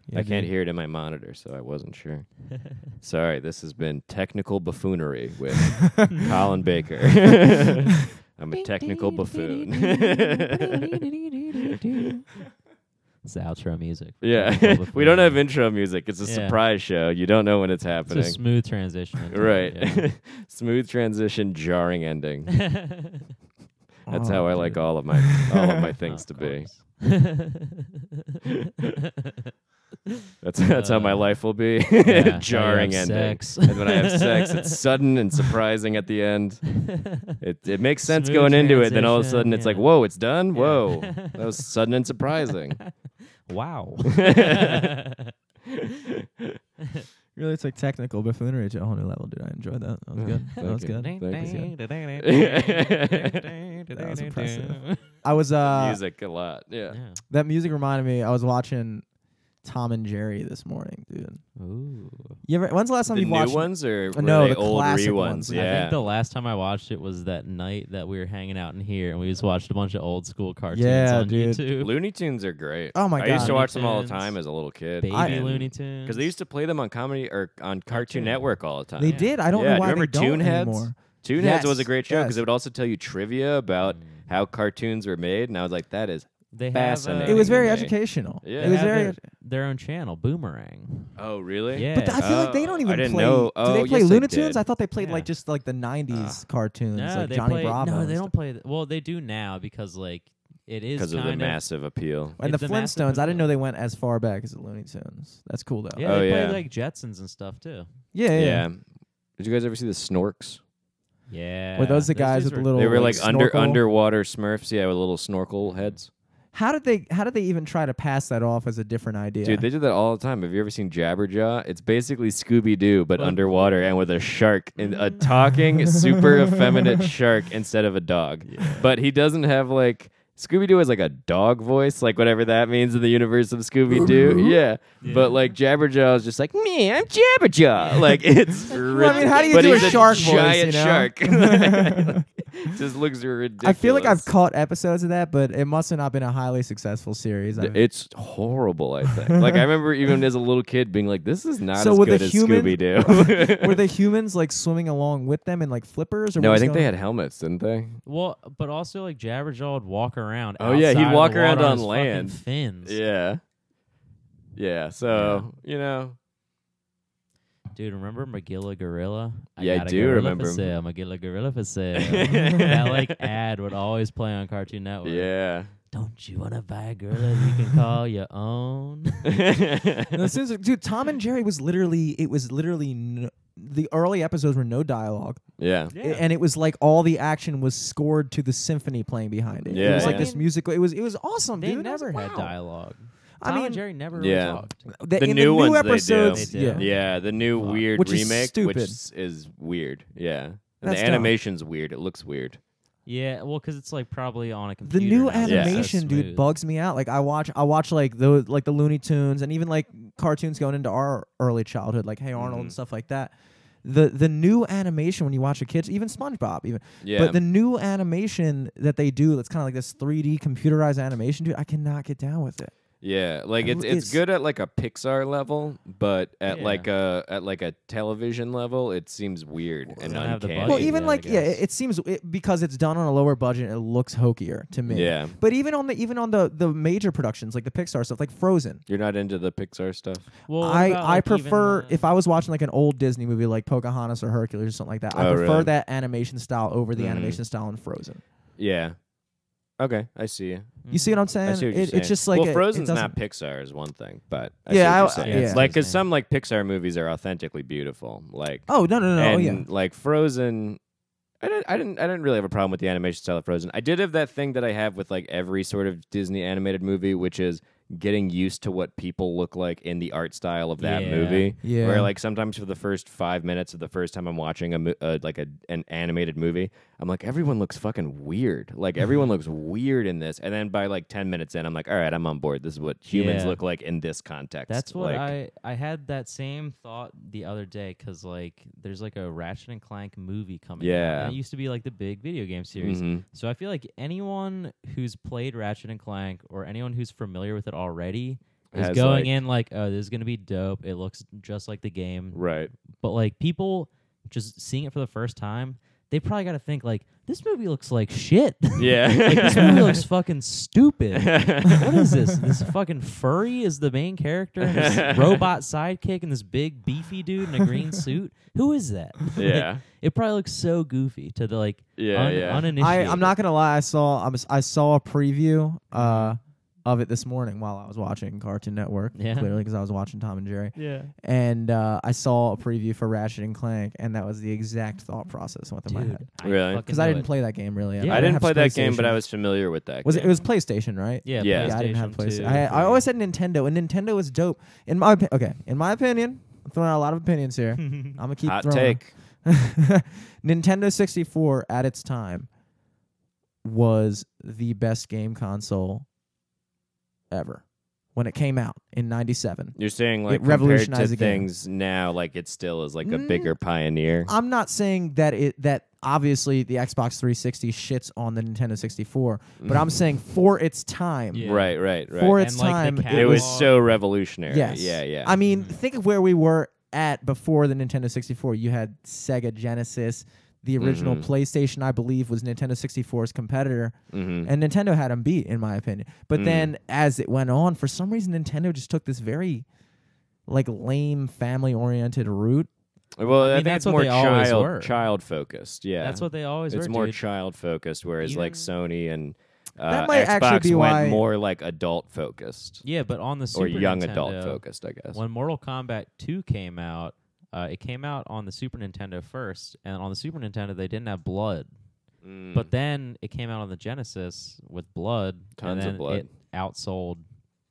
B: Yeah,
C: I can't
B: dude.
C: hear it in my monitor, so I wasn't sure. Sorry, this has been technical buffoonery with Colin Baker. I'm a technical buffoon.
A: It's the outro music.
C: yeah, we don't have intro music. It's a
A: Yeah.
C: surprise show. You don't know when it's
A: It's a
C: happening.
A: smooth transition. into it,
C: right.
A: yeah.
C: Smooth transition, jarring ending. e-, That's
B: Oh,
C: how I like
B: dude.
C: all of my all of my things
A: Of
C: to be.
A: course.
C: That's that's how my
A: Uh,
C: life will be.
A: how you have
C: Jarring ending.
A: sex.
C: and when I have sex, it's sudden and surprising at the end. It it makes sense
A: Smooth
C: going into it. Then all of a
A: transition,
C: sudden, it's like,
A: yeah.
C: whoa, it's done. Whoa, that was sudden and surprising.
A: wow.
B: Really, it's like technical buffoonery to a whole new level, dude. I enjoyed that. That was
C: Yeah,
B: good. That
C: thank
B: was
C: you.
B: good.
C: Thank you.
B: That was impressive. I was uh
C: Music a lot. Yeah.
A: Yeah.
B: that music reminded me. I was watching Tom and Jerry this morning, dude.
A: Ooh.
B: You ever? When's the last time
C: The
B: you
C: new
B: watched?
C: ones or
B: Uh,
C: were
B: no,
C: they
B: the
C: old
B: classic
C: re
B: ones.
C: ones?
B: I
A: I
C: Yeah.
A: think the last time I watched it was that night that we were hanging out in here and we just watched a bunch of old school cartoons
B: Yeah,
A: on
B: dude.
A: YouTube.
C: Looney Tunes are great.
B: Oh my
C: I used
B: God.
C: to watch them all the
A: Looney Tunes.
C: time as a little kid.
A: Baby
B: I-
A: Looney Tunes.
C: Because they used to play them on comedy or on Cartoon
A: Cartoon.
C: Network all the time.
B: They
A: Yeah.
B: did. I don't
C: Oh, Yeah,
B: know
C: do
B: why
C: you remember
B: they don't
C: Toonheads?
B: anymore.
C: Toonheads was a
B: Yes,
C: great show because
B: yes. Mm.
C: it would also tell you trivia about how cartoons were made, and I was like, that is.
A: They
C: Fascinating.
A: Have,
B: It was very
C: Yeah.
B: educational.
C: Yeah.
B: It was
A: have
B: very.
A: their, their own channel, Boomerang.
C: Oh, really?
A: Yeah.
B: But th- I feel like they
C: Oh,
B: don't
C: I
B: even
C: didn't
B: play.
C: know.
B: do
C: Oh,
B: they play
C: yes, they
B: Looney Tunes?
C: did. Ah.
B: I thought they played
A: Yeah.
B: like just like the '90s cartoons,
A: no,
B: like
A: they
B: Johnny
A: play,
B: Bravo.
A: No,
B: and
A: they
B: stuff.
A: don't play. Th- well, they do now because like it is
C: Because of the
A: kind
C: massive appeal.
B: And the,
A: It's the Massive
B: Flintstones. I didn't know
A: Appeal.
B: they went as far back as the Looney Tunes. That's cool though.
A: Yeah,
C: Oh,
A: they
C: yeah.
A: play like Jetsons and stuff too.
B: Yeah. yeah, yeah.
C: Did you guys ever see the Snorks?
A: Yeah.
B: Were those the guys
A: dudes
B: with the
A: were-
B: little?
C: they were like, under
B: snorkel?
C: underwater Smurfs, yeah, with little snorkel heads.
B: How did they? How did they even try to pass that off as a different idea?
C: Dude, they did that all the time. Have you ever seen Jabberjaw? It's basically Scooby Doo, but
A: But-
C: underwater and with a shark and a talking, super effeminate shark instead of a dog. But he doesn't have like Scooby Doo has like a dog voice, like whatever that means in the universe of Scooby Doo. yeah. but like Jabberjaw is just like me. I'm Jabberjaw. Like it's.
B: Well, I mean, how do you
C: but
B: do a
C: he's
B: shark voice,
C: Giant
B: you know?
C: shark. Like, just looks ridiculous.
B: I feel like I've caught episodes of that, but it must have not been a highly successful series. I mean,
C: It's horrible, I think. like I remember even as a little kid being like, "This is not
B: So
C: as
B: were
C: good
B: the
C: as
B: humans-
C: Scooby Doo."
B: were the humans like swimming along with them in like flippers? Or
C: no,
B: what
C: I
B: was
C: think they
B: going-
C: had helmets, didn't they?
A: Well, but also like Jabberjaw would walk around.
C: Oh, yeah, he'd
A: outside of the
C: walk around
A: water
C: on
A: his fucking
C: land.
A: Fins.
C: Yeah, yeah. So you know,
A: Dude, remember Magilla Gorilla?
C: Yeah, I
A: got a
C: do
A: gorilla
C: remember
A: For
C: 'em.
A: sale, Magilla Gorilla for sale. that like ad would always play on Cartoon
B: Oh,
A: Network.
C: yeah.
A: Don't you want to buy a gorilla you can call your own?
B: No, as soon as- dude, Tom and Jerry was literally. It was literally. No, the early episodes were no dialogue,
C: yeah,
B: a- and it was like all the action was scored to the symphony playing behind it. it
C: Yeah,
B: was like
C: yeah.
B: this musical. It was it was awesome,
A: they
B: dude. I was
A: never
B: like,
A: had
B: wow.
A: dialogue.
B: I
A: Tom
B: mean-
A: and Jerry never
C: Yeah.
A: really talked.
B: The,
C: The
B: in
C: new ones they do.
B: episodes,
A: They do.
B: yeah.
C: yeah. The new
A: Fuck.
C: weird
B: Which is
C: remake,
B: stupid.
C: which s- is weird. Yeah, And
B: That's
C: the
B: dumb.
C: animation's weird. It looks weird.
A: Yeah, well, because it's like probably on a computer.
B: the new
A: now, so it's so
B: animation dude
A: smooth.
B: bugs me out like i watch i watch like the like the looney tunes and even like cartoons going into our early childhood like hey arnold
A: Mm-hmm.
B: and stuff like that the the new animation when you watch a kid even spongebob even
C: Yeah.
B: but the new animation that they do that's kind of like this 3d computerized animation dude i cannot get down with it
C: Yeah, like
B: Uh,
C: it's it's
B: it's-
C: good at like a Pixar level, but at
A: Yeah.
C: like a at like a television level, it seems weird and
A: don't have the
C: uncanny.
B: well
A: budget.
B: even
A: yeah, I
B: like yeah it,
A: guess.
B: it seems it, because it's done on a lower budget it looks hokier to me
C: Yeah.
B: but even on the even on the the major productions like the pixar stuff like frozen
C: You're not into the Pixar stuff.
A: Well, what
B: I,
A: about,
B: I
A: like, even,
B: prefer
A: uh,
B: if I was watching like an old Disney movie like Pocahontas or Hercules or something like that. I
C: Oh,
B: prefer
C: really?
B: that animation style over the
C: Mhm.
B: animation style in Frozen.
C: Yeah. Okay, I see you.
B: You see what I'm saying?
C: Mm. I see what you're
B: it,
C: saying.
B: It's just like
C: well,
B: it- it
C: Frozen's
B: doesn't-
C: not Pixar is one thing, but I
B: Yeah,
C: yeah,
B: I-
C: see what
B: I-
C: you're saying.
B: yeah.
C: like because
A: Same.
C: some like Pixar movies are authentically beautiful, like
B: Oh no no no! oh,
C: and
B: yeah,
C: like Frozen. I didn't, I didn't. I didn't really have a problem with the animation style of Frozen. I did have that thing that I have with like every sort of Disney animated movie, which is getting used to what people look like in the art style of that
A: Yeah.
C: movie.
B: Yeah.
C: Where like sometimes for the first five minutes of the first time I'm watching a, mo- uh, like a, an animated movie, I'm like everyone looks fucking weird. Like everyone looks weird in this, and then by like ten minutes in, I'm like, all right, I'm on board. This is what humans
A: Yeah.
C: look like in this context.
A: That's what
C: Like,
A: I I had that same thought the other day because like there's like a Ratchet and Clank movie coming. out,
C: Yeah.
A: and it used to be like the big video game series.
C: Mhm.
A: So I feel like anyone who's played Ratchet and Clank or anyone who's familiar with it already is
C: Has,
A: going
C: like-
A: in like, oh, this is gonna be dope. It looks just like the game,
C: Right.
A: but like people just seeing it for the first time, they probably got to think like this movie looks like shit.
C: Yeah.
A: like this movie looks fucking stupid. what is this? This fucking furry is the main character, and this robot sidekick, and this big beefy dude in a green suit. Who is that? Like,
C: Yeah.
A: it probably looks so goofy to the like
C: Yeah,
A: un-
C: yeah.
A: uninitiated. Uh-huh.
B: I, I'm not gonna lie. I saw I'm, si saw a preview. Uh, of it this morning while I was watching Cartoon Network.
A: Yeah.
B: Clearly, because I was watching Tom and Jerry.
D: Yeah.
B: And uh, I saw a preview for Ratchet and Clank, and that was the exact thought process that went through my head.
C: Really?
B: Because I didn't play that game really.
A: Yeah,
C: I didn't
B: have
C: play that game, but
B: PlayStation.
C: I was familiar with that.
B: Was it,
C: game.
B: it was PlayStation, right?
A: Yeah,
C: Yeah.
B: Yeah, I didn't have PlayStation.
A: 2,
B: I, I
A: three.
B: always said Nintendo, and Nintendo is dope. In my opi- okay, in my opinion, I'm throwing out a lot of opinions
A: Hmm.
B: here. I'm gonna keep
C: hot
B: throwing.
C: take?
B: Nintendo 64 at its time was the best game console ever when it came out in 97.
C: You're saying like compared
B: revolutionized
C: to
B: the game.
C: things now, like it still is like a
B: Mm.
C: bigger pioneer.
B: I'm not saying that it that obviously the Xbox 360 shits on the Nintendo 64, but
C: Mm-hmm.
B: I'm saying for its time,
A: Yeah.
C: Right, right, right.
B: for
A: And,
B: its
A: like, the
B: time,
A: catalog-
C: it was
A: was-
C: so revolutionary.
B: Yes.
C: Yeah, yeah. Mm-hmm.
B: I mean, think of where we were at before the Nintendo 64. You had Sega Genesis. The original
C: Mhm.
B: PlayStation, I believe, was Nintendo 64's competitor,
C: Mhm.
B: and Nintendo had them beat, in my opinion. But
C: Mm.
B: then, as it went on, for some reason, Nintendo just took this very, like, lame family-oriented route.
C: well, I,
A: mean,
C: think
A: that's
C: it's
A: what
C: more
A: they always
C: child
A: were.
C: child focused. Yeah,
A: That's what they always
C: it's
A: were.
C: more
A: dude.
C: child focused, whereas
A: Even-
C: like Sony and uh,
B: That might
C: Xbox
B: actually be
C: went
B: why-
C: more like adult focused
A: yeah, but on the
C: or
A: Super
C: young
A: Nintendo,
C: adult focused, I guess.
A: When Mortal Kombat 2 came out, uh, it came out on the Super Nintendo first, and on the Super Nintendo they didn't have blood.
C: Mm.
A: But then it came out on the Genesis with blood,
C: Tons
A: and
C: of
A: then
C: blood.
A: it outsold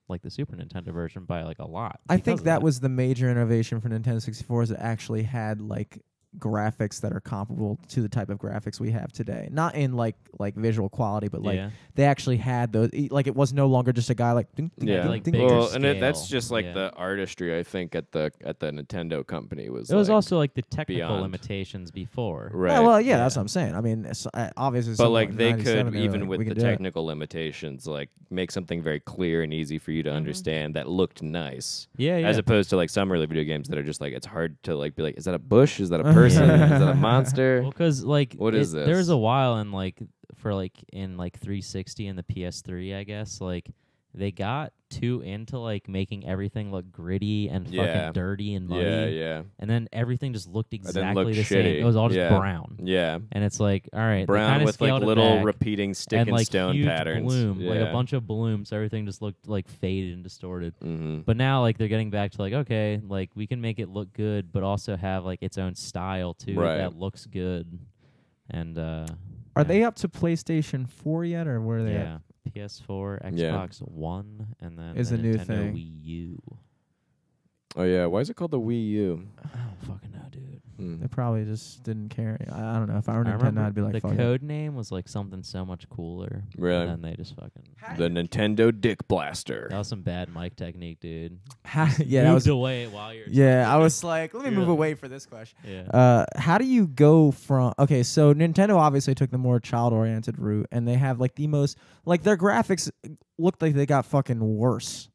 A: like the Super Nintendo version by like a lot.
B: I
A: because
B: think
A: of
B: that was the major innovation for Nintendo 64 is it actually had like graphics that are comparable to the type of graphics we have today. Not in like like visual quality, but like
A: Yeah.
B: they actually had those. e- Like it was no longer just a guy like ding, ding,
C: yeah,
B: ding,
A: like,
B: ding,
A: bigger
B: ding.
C: well, and it, that's
A: scale.
C: just like
A: Yeah.
C: the artistry I think at the at the Nintendo company was.
A: It was
C: like,
A: also like the technical
C: beyond.
A: limitations before.
C: right.
B: Yeah, well, yeah, that's what I'm saying. I mean, it's, uh, obviously,
C: but
B: someone
C: like
B: in
C: they
B: 97,
C: could
B: they were
C: even
B: like,
C: with
B: "We
C: the
B: can do it."
C: technical limitations like make something very clear and easy for you
A: Mm-hmm.
C: to understand that looked nice
A: Yeah, yeah.
C: as opposed to like some early video games that are just like it's hard to like be like is that a bush is that a person is that a monster
A: Well, because like
C: What
A: it-
C: is
A: There
C: this?
A: was a while in like for like in like 360 and the PS3, I guess. Like they got too into like making everything look gritty and
C: Yeah.
A: fucking dirty and muddy,
C: yeah yeah
A: and then everything just looked exactly
C: look
A: the same.
C: shitty.
A: It was all just
C: Yeah.
A: brown,
C: yeah
A: and it's like all right, they
C: brown
A: kinda
C: with like
A: scaled it
C: little
A: back
C: repeating stick
A: and
C: and,
A: like
C: stone
A: huge
C: patterns
A: bloom,
C: yeah.
A: like a bunch of blooms. So everything just looked like faded and distorted.
C: hmm
A: But now, like they're getting back to like okay, like we can make it look good, but also have like its own style too
C: Right.
A: that looks good. And uh yeah.
B: Are they up to PlayStation 4 yet, or where are they? at?
A: Yeah, PS4,
C: Yeah.
A: Xbox One, and then
B: Is
A: the
B: a new
A: Nintendo
B: thing.
A: Wii U.
C: oh yeah why is it called the wii u
A: I don't fucking know, dude.
B: They probably just didn't care. I, I don't know. If I were
A: I
B: Nintendo,
A: remember
B: I'd be like,
A: the
B: "Fuck it."
A: code name was like something so much cooler.
C: Really?
A: And then they just fucking.
C: the nintendo dick blaster
A: That was some bad mic technique, dude.
B: yeah, that
A: Moved
B: was.
A: away while you're.
B: Yeah, I was like, let me
A: Yeah.
B: move away for this question.
A: Yeah.
B: Uh, how do you go from okay? So Nintendo obviously took the more child-oriented route, and they have like the most like their graphics looked like they got fucking worse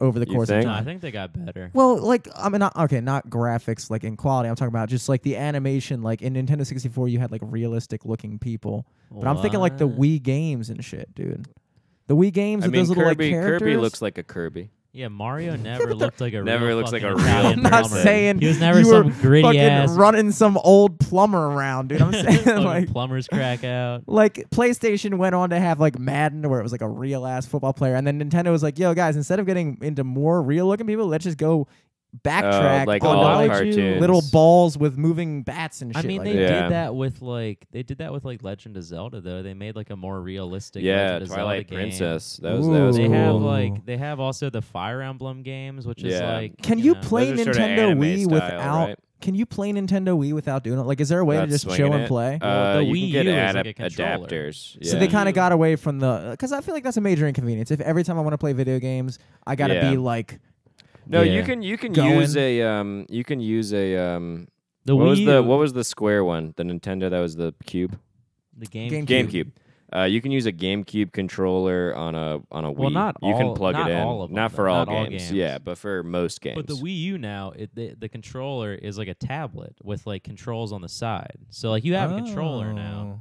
B: over the
C: You
B: course
C: think?
B: of
A: No,
B: time.
A: I think they got better.
B: Well, like I mean, not, okay, not graphics like in quality. I'm talking about just like the animation. Like in Nintendo 64, you had like realistic looking people, but I'm thinking like the
A: What?
B: Wii games and shit, dude. The Wii games
C: i
B: with
C: mean
B: those little
C: kirby
B: like characters.
C: kirby looks like a kirby
A: Yeah, Mario never
B: but the-
A: looked like a
C: Never
A: real
C: looks like
A: fucking
C: a real
A: Italian
B: I'm not
A: plumber.
B: saying
A: he was never
B: you
A: some
B: were
A: gritty
B: fucking
A: ass
B: running some old plumber around, dude. I'm saying
A: fucking
B: like.
A: plumbers crack out.
B: Like PlayStation went on to have like Madden, where it was like a real ass football player, and then Nintendo was like, "Yo, guys, instead of getting into more real looking people, let's just go backtrack
C: Oh, like
B: on
C: all
A: why
B: like
A: would you-
C: cartoons
B: little balls with moving bats and
A: I
B: shit."
A: mean,
B: like
A: they
B: that.
C: that. Yeah.
A: did that with like they did that with like Legend of Zelda though. They made like a more realistic
C: yeah
A: Legend of
C: twilight
A: Zelda game.
C: princess that was that was
A: They have
B: Ooh.
C: cool.
A: like they have also the Fire Emblem games, which is
C: Yeah.
A: like
B: Can
A: you,
B: you
A: know,
B: play
C: Those are sorta
B: Nintendo
C: anime
B: Wii
C: style,
B: without?
C: right?
B: Can you play Nintendo Wii without doing it? Like, is there a way
C: Not
B: to just
C: swinging
B: chill and
C: it.
B: play?
C: Uh,
A: the
C: you
A: Wii U
C: can get
A: is like
C: adap-
A: a controller.
C: adapters.
B: So they
C: yeah.
B: kind of got away from the because I feel like that's a major inconvenience. If every time I want to play video games, I gotta
C: Yeah.
B: be like,
C: No,
A: Yeah.
C: you can you can
B: Going.
C: use a um you can use a um
A: the
C: what
A: Wii
C: was the
A: U-
C: what was the square one? The Nintendo that was the cube?
A: the game
B: GameCube.
C: GameCube. Uh, you can use a GameCube controller on a on a Wii.
A: Well, not
C: you can
A: all-
C: plug
A: not
C: it in.
A: all of them,
C: not for
A: though.
C: all,
A: Not all
C: games.
A: games.
C: Yeah, but for most games.
A: But the Wii U now, it, the, the controller is like a tablet with like controls on the side. So like you have
B: Oh.
A: a controller now,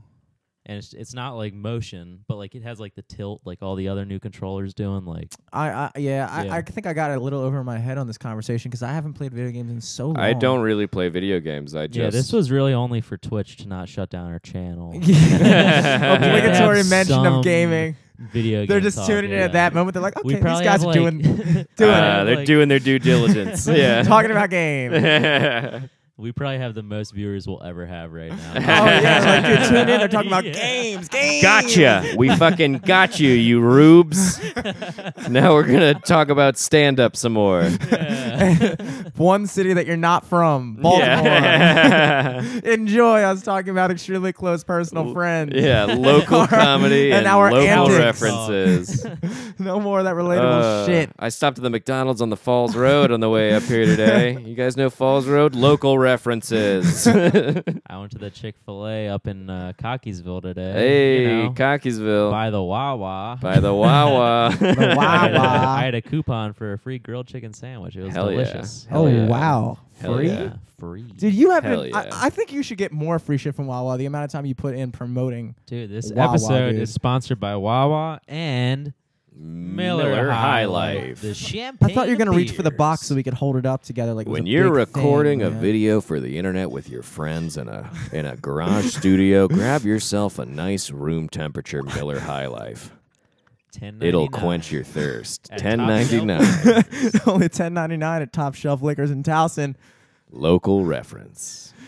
A: and it's it's not like motion, but like it has like the tilt, like all the other new controllers doing. Like
B: I, I yeah,
A: Yeah.
B: I, I think I got a little over my head on this conversation because I haven't played video games in so long.
C: I don't really play video games. I just
A: yeah, this was really only for Twitch to not shut down our channel.
B: Obligatory
A: Have
B: mention
A: some
B: of gaming.
A: video.
B: They're
A: game
B: just
A: talk,
B: tuning in
A: yeah.
B: at that moment. They're like,
A: We
B: okay, these
A: probably
B: guys
A: have,
B: are
A: like-
B: doing doing
C: Uh,
A: it.
C: they're
A: Like-
C: doing their due diligence.
A: Uh,
C: yeah.
B: talking about games.
A: We probably have the most viewers we'll ever have right now.
B: Oh yeah, like dude, tune in. They're talking about
A: Yeah.
B: games, games.
C: gotcha. We fucking got you, you rubes. now we're gonna talk about stand up some more.
B: One city that you're not from, Baltimore.
C: Yeah.
B: Enjoy us talking about extremely close personal friends.
C: yeah, local comedy
B: And
C: and,
B: our
C: local
B: antics.
C: references.
B: No more of that relatable
C: Uh,
B: shit.
C: I stopped at the McDonald's on the Falls Road on the way up here today. You guys know Falls Road? Local references.
A: I went to the Chick Fil A up in uh, Cockeysville today.
C: hey,
A: you know,
C: Cockeysville.
A: by the Wawa.
C: By the Wawa.
B: The
A: I had, a,
B: Wawa.
A: I had a coupon for a free grilled chicken sandwich. It was
C: Hell yeah.
A: delicious.
C: Hell
B: oh
C: yeah.
B: wow,
C: Hell
B: free.
C: yeah.
A: free.
B: Dude, you have
C: Hell
B: been.
C: yeah.
B: I, I think you should get more free shit from Wawa. The amount of time you put in promoting.
A: Dude, this
B: Wawa,
A: episode
B: dude.
A: is sponsored by Wawa and Miller, High Life. The champagne.
B: I thought you were gonna reach for the box so
A: beers.
B: we could hold it up together. Like it was
C: When
B: a
C: you're
B: big thing,
C: recording a
B: man.
C: video for the internet with your friends in a in a garage studio, grab yourself a nice room temperature Miller High Life. It'll
A: $10.99.
C: quench your thirst.
A: At
C: Ten
A: Top
C: ninety
A: Shelf.
C: nine.
B: only ten ninety nine at Top Shelf Liquors in Towson.
C: Local reference.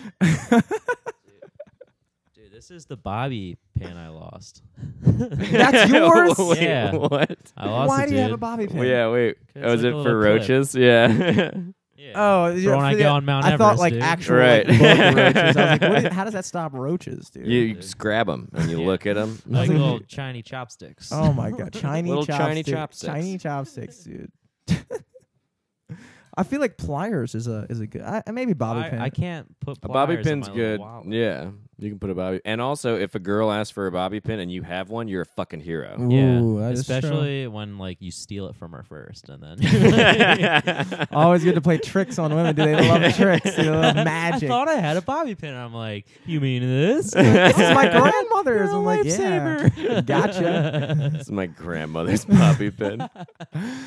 A: Dude, this is the Bobby pin I lost.
B: That's yours.
C: Wait,
A: Yeah.
C: What?
A: I lost
B: Why
A: it,
B: do you have a
A: dude.
B: bobby pin?
C: Well, yeah, wait.
A: It's
C: was
A: like
C: it
A: a little
C: for
A: clip.
C: roaches? Yeah.
A: Yeah.
B: Oh, yeah,
A: when I
B: for the-
A: go on Mount
B: I thought
A: Everest,
B: like
A: dude.
B: actual
C: Right.
B: like, book roaches. I was like, what is- how does that stop roaches, dude?
C: you, you just grab them and you
A: Yeah.
C: look at them.
A: like little shiny chopsticks.
B: Oh my god, Chinese
C: Little Chinese
B: chopsticks,
C: chopsticks.
B: Chinese chopsticks, dude. I feel like pliers is a is a good. I, I- maybe bobby
A: I,
B: pin.
A: I can't put
C: A bobby
A: pliers in
C: pin's
A: my
C: good.
A: little wallet.
C: Yeah. You can put a bobby. And also, if a girl asks for a bobby pin and you have one, you're a fucking hero.
A: Yeah,
B: Ooh, that is true.
A: especially when like you steal it from her first, and then.
B: Always good to play tricks on women. Do they love tricks? They love magic.
A: I thought I had a bobby pin. and I'm like, you mean this?
B: this is my grandmother's. I'm like, yeah,
A: lifesaver.
B: gotcha.
C: It's my grandmother's bobby pin.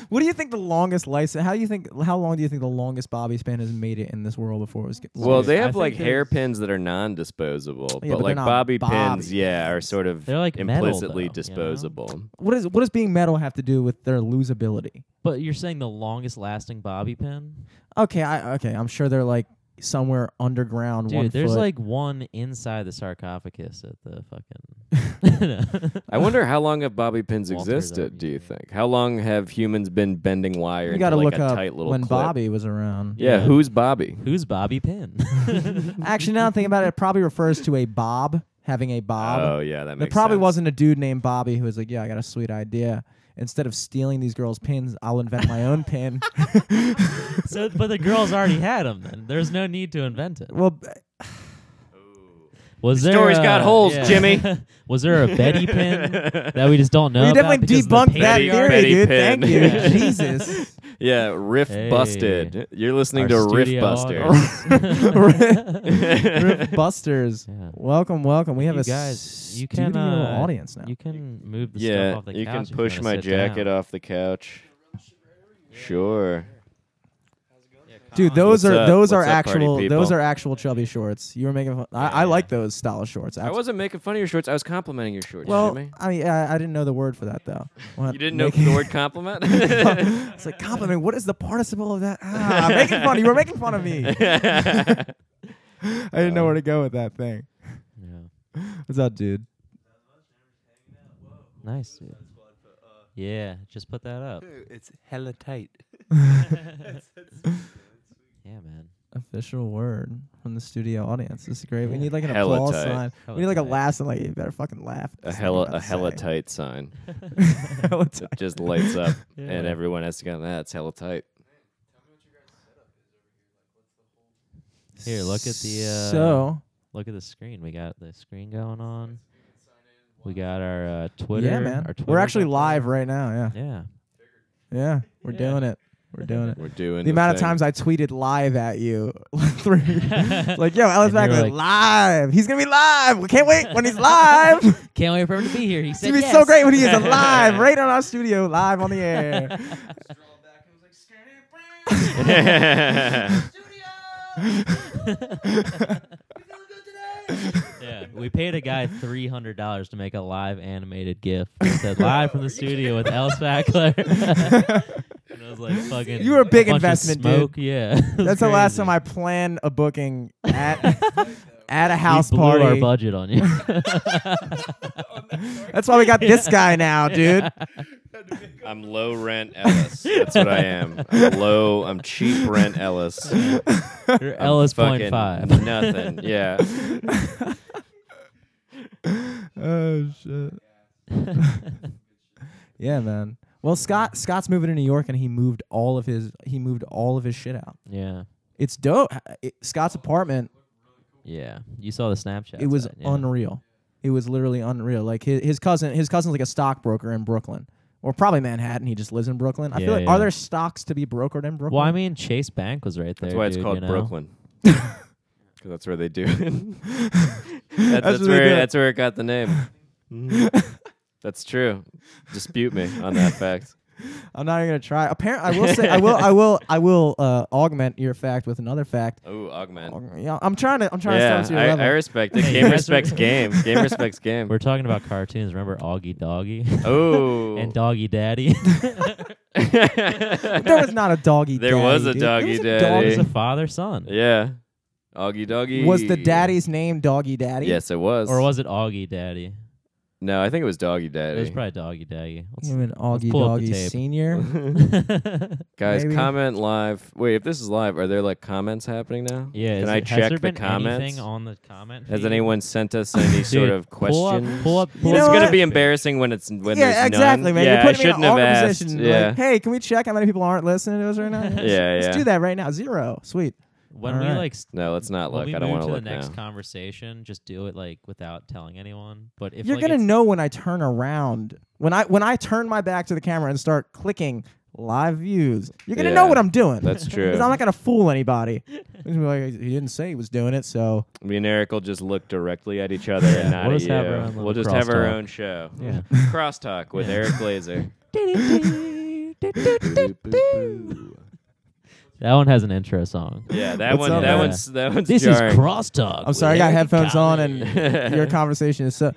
B: What do you think the longest license? How do you think? How long do you think the longest bobby pin has made it in this world before it was? get-
C: Well,
B: launched?
C: they
A: I
C: have like
A: think
C: hair pins that are non-disposable,
B: Yeah, but
C: but,
B: they're
C: like
B: not
C: bobby,
B: bobbies.
C: pins, yeah, are sort of
A: They're like metal,
C: implicitly
A: though, you know?
C: disposable.
B: what is what does being metal have to do with their losability?
A: but you're saying the longest lasting bobby pin?
B: Okay, I okay, I'm sure they're like somewhere underground. one
A: Dude, there's
B: foot.
A: like one inside the sarcophagus at the fucking.
C: I wonder how long have bobby pins
A: Walter's
C: existed?
A: up,
C: Do you
A: yeah.
C: think? How long have humans been bending wire
B: you
C: into
B: gotta
C: like
B: look
C: a
B: up
C: tight little
B: when
C: clip?
B: Bobby was around.
C: Yeah,
A: Yeah.
C: who's Bobby?
A: Who's Bobby Pin?
B: Actually, now that I think about it, it probably refers to a Bob having a Bob.
C: oh yeah, that
B: there
C: makes
B: probably
C: sense.
B: wasn't a dude named Bobby who was like, "Yeah, I got a sweet idea. Instead of stealing these girls' pins, I'll invent my own pin."
A: so, but the girls already had them. Then there's no need to invent it.
B: Well,
A: Was there
C: story's
A: a-
C: got holes,
A: yeah.
C: Jimmy.
A: Was there a Betty pin that we just don't know?
B: we
A: about
B: definitely
A: because the
B: debunked that
A: patriarchy-
B: theory,
C: Betty
B: dude.
C: pin.
B: Thank you,
A: Yeah.
B: Jesus.
C: Yeah, riff
A: Hey.
C: busted. You're listening
A: Our
C: to Riff
A: studio
C: Buster.
A: audience.
B: Riff Busters,
A: Yeah.
B: welcome, welcome. We have
A: You
B: a
A: guys, you
B: studio
A: can uh,
B: audience now.
A: You can move the stuff
C: yeah,
A: off the
C: you can
A: couch if
C: push
A: wanna
C: my
A: sit
C: jacket
A: down.
C: off the couch. Sure.
B: Dude, those
C: What's
B: are
C: up?
B: those are
C: What's up, party
B: actual
C: people?
B: those are actual chubby shorts. You were making fun. I, I like those style of shorts.
C: I wasn't making fun of your shorts. I was complimenting your shorts.
B: well,
C: Jimmy.
B: I mean, I, I didn't know the word for that though. What,
C: You didn't know
B: making-
C: the word compliment? I
B: it's like compliment. What is the participle of that? Ah, making fun. You were making fun of me. I didn't know where to go with that thing.
A: Yeah.
B: What's up, dude?
A: Nice, dude. Yeah, just put that up.
D: uh, It's hella tight.
A: Yeah, man.
B: Official word from the studio audience. This is great. We need like an
C: Hella
B: applause
C: tight.
B: sign.
A: Hella
B: we need like a
A: tight.
B: laugh sign. Like you better fucking laugh.
C: a hella a hella tight sign.
B: hella tight.
C: It just lights up and
A: Yeah.
C: everyone has to go, that's hella tight.
A: Here, look at the uh,
B: so
A: look at the screen. We got the screen going on. We got our uh, Twitter.
B: yeah, man.
A: Our Twitter
B: We're actually live right now. Yeah.
A: Yeah.
B: Yeah, we're doing it. We're doing it.
C: We're doing
B: The amount of
C: thing.
B: times I tweeted live at you, through- like, yo,
A: And you were
B: Alex Bagley,
A: like-
B: live. He's gonna be live. We can't wait when he's live. it's
A: Can't wait for him to be here. He said
B: gonna be so great when he is alive, right on our studio, live on the air.
A: yeah, we paid a guy three hundred dollars to make a live animated GIF that said "Live from the studio with Els Fackler." and I was like, "Fucking,
B: You were a big
A: bunch of
B: investment, dude.
A: smoke. Yeah, It was
B: That's the last
A: crazy.
B: time I planned a booking at at a
A: We
B: house
A: blew
B: party.
A: Our budget on you.
B: That's why we got this guy now, dude.
C: I'm low rent Ellis. That's what I am. I'm low. I'm cheap rent Ellis. I'm
A: You're Ellis point
C: fucking
A: five.
C: Nothing. Yeah.
B: oh shit. yeah, man. Well, Scott Scott's moving to New York, and he moved all of his he moved all of his shit out.
A: yeah,
B: It's dope. It- Scott's apartment.
A: yeah. You saw the Snapchat.
B: it was
A: out, yeah.
B: unreal. It was literally unreal. Like his, his cousin, his cousin's like a stockbroker in Brooklyn, or probably Manhattan. He just lives in Brooklyn. I
A: Yeah,
B: feel like
A: yeah.
B: are there stocks to be brokered in Brooklyn?
A: Well, I mean, Chase Bank was right there.
C: That's why it's
A: dude,
C: called
A: you know?
C: Brooklyn. Because that's where they do it. that's,
B: what
C: that's
B: they
C: where
B: do.
C: that's where it got the name. that's true. Dispute me on that fact.
B: I'm not even gonna try. Apparently, I will say I will I will I will uh, augment your fact with another fact.
C: Ooh, augment.
B: Aug- Yeah, I'm trying to I'm trying
C: Yeah,
B: to step to your
C: I,
B: level.
C: I respect it.
A: Hey,
C: Game
A: you guys
C: respects
A: are-
C: game. Game respects game.
A: We're talking about cartoons. Remember Augie Doggy
C: Oh,
A: and Doggy Daddy?
B: there was not a doggy.
C: There was
B: daddy,
C: a
B: dude.
C: doggy
B: there was
A: Dog
C: daddy.
A: is a father son,
C: yeah, Augie doggy.
B: A dog- was the daddy's name Doggy Daddy?
C: Yes, it was.
A: or was it Augie Daddy?
C: No, I think it was doggy daddy.
A: It was probably Doggy Daddy. Let's-
B: Him and Augie
A: pull up the
B: Doggy
A: tape.
B: Senior.
C: Guys,
B: Maybe.
C: comment live. Wait, if this is live, are there like comments happening now?
A: yeah.
C: Can
A: is
C: I
A: it- has
C: check
A: there
C: the
A: been
C: comments?
A: anything on the comment?
C: Has
A: feed?
C: anyone sent us any sort
A: Dude, Pull
C: of
A: up-
C: questions?
A: Pull up. Pull
B: You
A: up
B: know
C: it's gonna
B: what?
C: be embarrassing when it's when there's
B: yeah,
C: none.
B: exactly, man.
C: Yeah,
B: You're putting
C: I shouldn't
B: me in an
C: have
B: awkward
C: asked.
B: position.
C: Yeah,
B: Like, hey, can we check how many people aren't listening to us right now?
C: yeah, yeah.
B: Let's do that right now. Zero. Sweet.
A: When
B: All
A: we
B: right.
A: like s-
C: No, let's not
A: when
C: look.
A: we
C: I don't
A: move
C: want
A: to
C: to
A: the
C: look
A: next
C: now.
A: conversation, just do it like without telling anyone. But if
B: You're
A: like,
B: gonna
A: it's-
B: know when I turn around. When I when I turn my back to the camera and start clicking live views, you're gonna know
C: Yeah,
B: what I'm doing.
C: That's true.
B: 'Cause I'm not gonna fool anybody. I'm just gonna be like, he didn't say he was doing it, so
C: Me and Eric will just look directly at each other
A: Yeah,
C: and not
A: we'll
C: at
A: just have our
C: you.
A: own little
C: we'll just have our
A: crosstalk.
C: own show.
A: Yeah.
C: Crosstalk with Eric Glazer.
A: that one has an intro song.
C: Yeah, that
B: What's
C: one.
B: up,
C: that
A: man?
C: one's that one's
A: This
C: jarring.
A: is crosstalk.
B: I'm sorry,
A: with
B: I got
A: Eric
B: headphones on,
A: Collins.
B: and your conversation is so.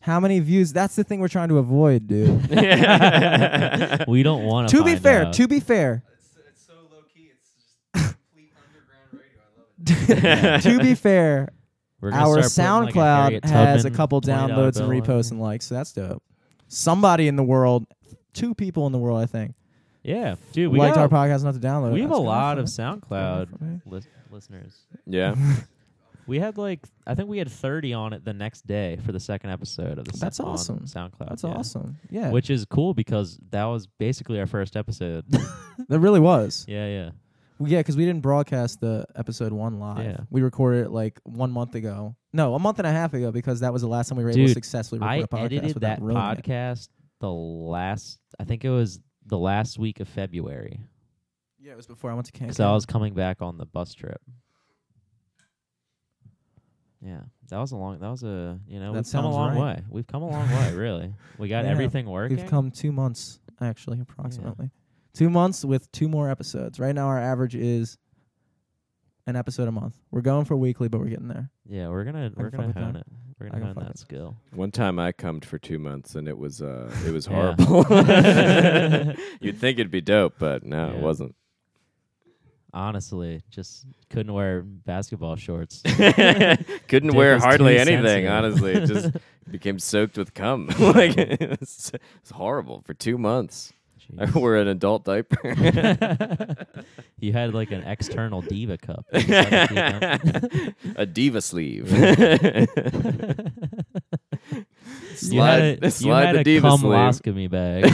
B: How many views? That's the thing we're trying to avoid, dude.
A: we don't want
B: to be fair, to be fair,
D: It's, it's so low key. It's just complete underground radio. I love it.
B: to be fair,
A: We're gonna
B: our
A: start
B: SoundCloud
A: putting, like, a Harriet
B: has a
A: Tubman
B: couple
A: $20
B: downloads
A: bill
B: and
A: on it.
B: reposts and likes, so that's dope. Somebody in the world, two people in the world, I think,
A: Yeah, dude, we
B: liked
A: got,
B: our podcast enough to download it.
A: We have a
B: That's kinda
A: lot of
B: fun.
A: SoundCloud
B: me.
A: lis- listeners.
C: yeah.
A: We had like I think we had 30 on it the next day for the second episode of the
B: That's
A: on
B: awesome.
A: SoundCloud.
B: That's
A: yeah.
B: awesome. Yeah,
A: Which is cool because that was basically our first episode.
B: that really was.
A: yeah, yeah.
B: Well, Yeah, because we didn't broadcast the episode one live.
A: Yeah.
B: We recorded it like one month ago. No, a month and a half ago because that was the last time we were able to
A: Dude,
B: successfully record
A: I
B: a podcast
A: edited
B: without
A: that
B: ruining it.
A: podcast the last I think it was the last week of February
B: Yeah, it was before I went to Cancun.
A: cuz I was coming back on the bus trip. Yeah, that was a long. That was a you know
B: That
A: we've come a
B: sounds
A: long
B: right.
A: way. We've come a long way, really. We got
B: Yeah.
A: everything working.
B: We've come two months, actually, approximately. Two months with two more episodes. Right now, our average is an episode a month. We're going for weekly, but we're getting there.
A: Yeah, we're gonna
B: I
A: we're
B: can fuck
A: gonna
B: with
A: hone
B: that.
A: it. We're
B: I
A: gonna
B: can
A: hone
B: fuck
A: that
B: with
A: skill.
C: One time I cummed for two months and it was uh it was
A: Yeah.
C: horrible. You'd think it'd be dope, but no,
A: Yeah.
C: it wasn't.
A: Honestly, just couldn't wear basketball shorts.
C: Couldn't
A: Dick
C: wear
A: is
C: hardly
A: too
C: anything,
A: sensitive.
C: honestly. It just became soaked with cum. like it was, it was horrible for two months. I
A: Jeez.
C: wore an adult diaper.
A: you had like an external diva cup.
C: a diva sleeve.
A: you had
C: slide
A: a, you
C: slide
A: had
C: the
A: a
C: diva sleeve.
A: cumloscopy bag.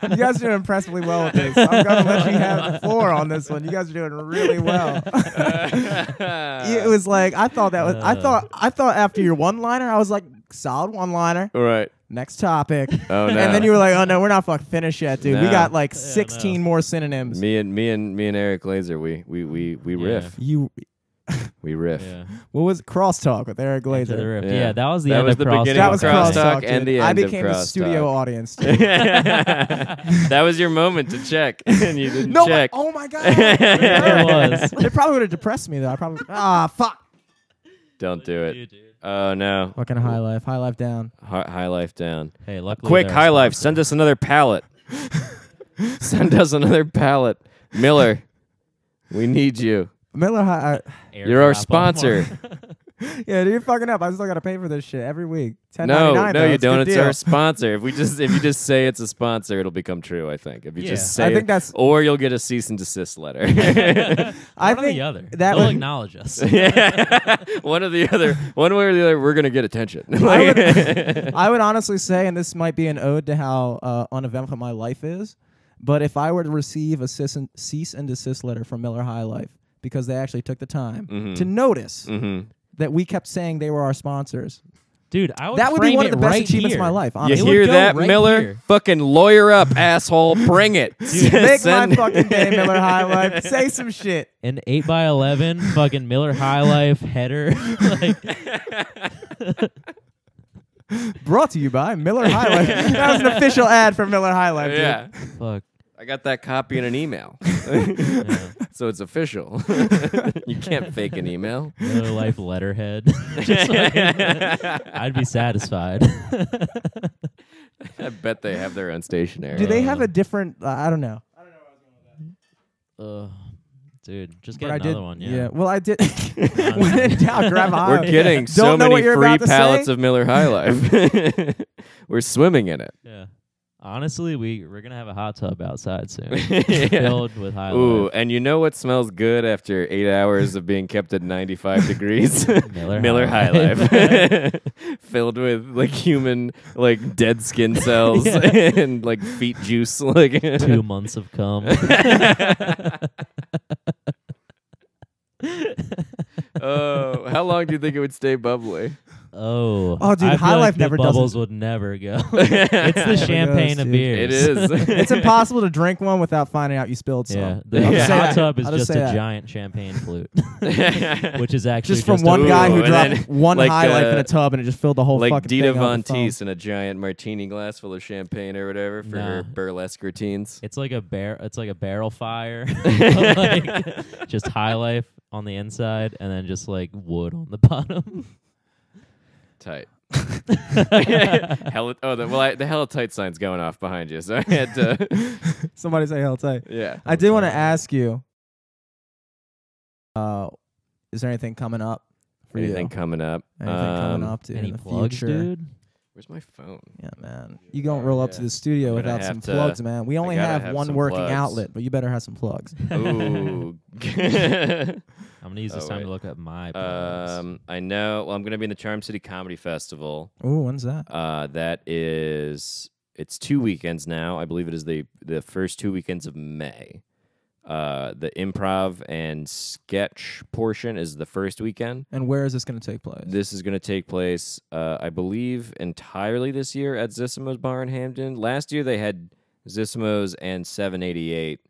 B: you guys are doing impressively well with this. I'm going to let you have the floor on this one. You guys are doing really well. it was like, I thought that was,
C: Uh.
B: I thought, I thought after your one liner, I was like, solid one liner.
C: All right.
B: Next topic.
C: Oh no.
B: And then you were like, oh no, we're not fucking finished yet, dude. We
C: No.
B: got like 16 more synonyms.
C: me and me and me and Eric Glazer, we we we we
A: Yeah.
C: riff.
B: You,
C: We riff.
A: yeah.
B: what was crosstalk with Eric
A: To the
B: Glazer?
A: riff.
C: Yeah.
A: Yeah. that was the
C: That
A: end
C: was
A: of
C: the
A: crosstalk.
C: beginning
B: That
C: of
B: was
C: Crosstalk
B: crosstalk,
C: and
B: dude.
C: the
B: I
C: end of
B: became the studio
C: Crosstalk.
B: audience. dude.
C: that was your moment to check, and you didn't
B: no,
C: check.
B: oh my god, it
A: was.
B: It probably would have depressed me though. I probably ah fuck.
C: Don't do it.
A: You, dude.
C: Oh no.
B: Fucking high life. High life down.
C: Hi- high life down.
A: Hey, luckily
C: Quick,
A: they're
C: high life.
A: sponsored.
C: Send us another pallet. Send us another pallet, Miller. We need you.
B: Miller High. I,
A: Air
C: You're our
A: drop on Mars.
B: yeah, dude, you're fucking up. I still gotta pay for this shit every week. Ten
C: No,
B: ninety nine.
C: no, you don't. It's our sponsor. If we just if you just say it's a sponsor, it'll become true. I think. If you
A: Yeah.
C: just say,
B: I think
C: it-
B: that's-
C: or you'll get a cease and desist letter.
B: I
A: One or
B: think
A: the other.
B: that
A: They'll
B: would-
A: acknowledge us.
C: yeah, one or the other. One way or the other, we're gonna get attention. Like-
B: I would honestly say, and this might be an ode to how uh, uneventful my life is, but if I were to receive a cease and, cease and desist letter from Miller High Life because they actually took the time
C: Mm-hmm.
B: to notice
C: Mhm.
B: that we kept saying they were our sponsors,
A: Dude, I would
B: that would
A: frame
B: be one of
A: it
B: the best
A: right
B: achievements
A: here.
B: of my life.
C: You
B: Honestly.
A: It would
C: hear
A: go
C: that,
A: right
C: Miller?
A: here.
C: Fucking lawyer up, asshole. Bring it.
B: Make my
C: Send-
B: fucking day, Miller High Life. Say some shit.
A: An eight by eleven fucking Miller High Life header. like
B: Brought to you by Miller High Life. that was an official ad for Miller High Life. dude.
C: Yeah,
A: fuck.
C: I got that copy in an email,
A: Yeah.
C: so it's official. you can't fake an email.
A: Miller Life letterhead. Just fucking- I'd be satisfied.
C: I bet they have their own stationery.
B: Do they have a different? Uh, I don't know.
A: Ugh. dude, just
B: But
A: get
B: I
A: another
B: did,
A: one.
B: Well, I did. when in doubt, grab a high
C: We're
B: life.
C: getting
B: Don't
C: so
B: know
C: many
B: what you're
C: free
B: about to
C: pallets
B: say?
C: of Miller High Life. We're swimming in it.
A: Yeah. Honestly, we we're gonna have a hot tub outside soon,
C: Yeah.
A: filled with high
C: Ooh,
A: life.
C: and you know what smells good after eight hours of being kept at 95 degrees?
A: Miller
C: High
A: High
C: Life.
A: Life.
C: Filled with like human, like dead skin cells
A: Yeah.
C: and like feet juice. Like
A: Two months have come.
C: Oh, how long do you think it would stay bubbly?
A: Oh,
B: Oh, dude,
A: I feel
B: High
A: like
B: Life
A: the
B: never does
A: bubbles
B: it.
A: would never go.
C: It's
A: it's the champagne of
B: goes, dude.
A: beers.
C: It is.
B: It's impossible to drink one without finding out you spilled some.
A: Yeah,
B: I'll
A: the
B: just
A: the
B: say
A: hot
B: that.
A: tub is
B: I'll
A: just,
B: say
A: a
B: that.
A: giant champagne flute, which is actually just,
B: Just from
A: a-
B: one guy
C: Ooh,
B: who
C: and
B: dropped
C: then,
B: one
C: like,
B: high life in
C: uh,
B: a tub and it just filled the whole
C: like
B: fucking
C: Dita
B: thing up
C: Von
B: with foam.
C: Teese in a giant martini glass full of champagne or whatever for her
A: Nah.
C: burlesque routines.
A: It's like a bar. It's like a barrel fire, Like, just high life on the inside, and then just like wood on the bottom.
C: Tight. hella, oh, the, well, I, the hella tight sign's going off behind you, so I had to.
B: Somebody say hell tight.
C: yeah.
B: I did want to ask you. Uh, is there anything coming up for
C: Anything
B: you?
C: coming up?
B: anything coming
C: Um,
B: up, dude?
A: Any
B: in the
A: plugs,
B: future?
A: dude?
C: Where's my phone?
B: Yeah, man. You don't roll up
C: Yeah.
B: to the studio
C: I'm gonna
B: without
C: have
B: some
C: to-
B: plugs, man. We only
C: gotta
B: have,
C: have
B: one
C: some
B: working
C: plugs.
B: outlet, but you better have some plugs.
C: Ooh.
A: I'm gonna use this
C: Oh,
A: time
C: wait.
A: to look up my. plugs.
C: um, I know. Well, I'm going to be in the Charm City Comedy Festival.
B: Ooh, when's that?
C: Uh, that is, it's two weekends now. I believe it is the the first two weekends of May. Uh, the improv and sketch portion is the first weekend.
B: And where is this going to take place?
C: This is going to take place, uh, I believe, entirely this year at Zissimo's Bar in Hamden. Last year they had Zissimo's and 788,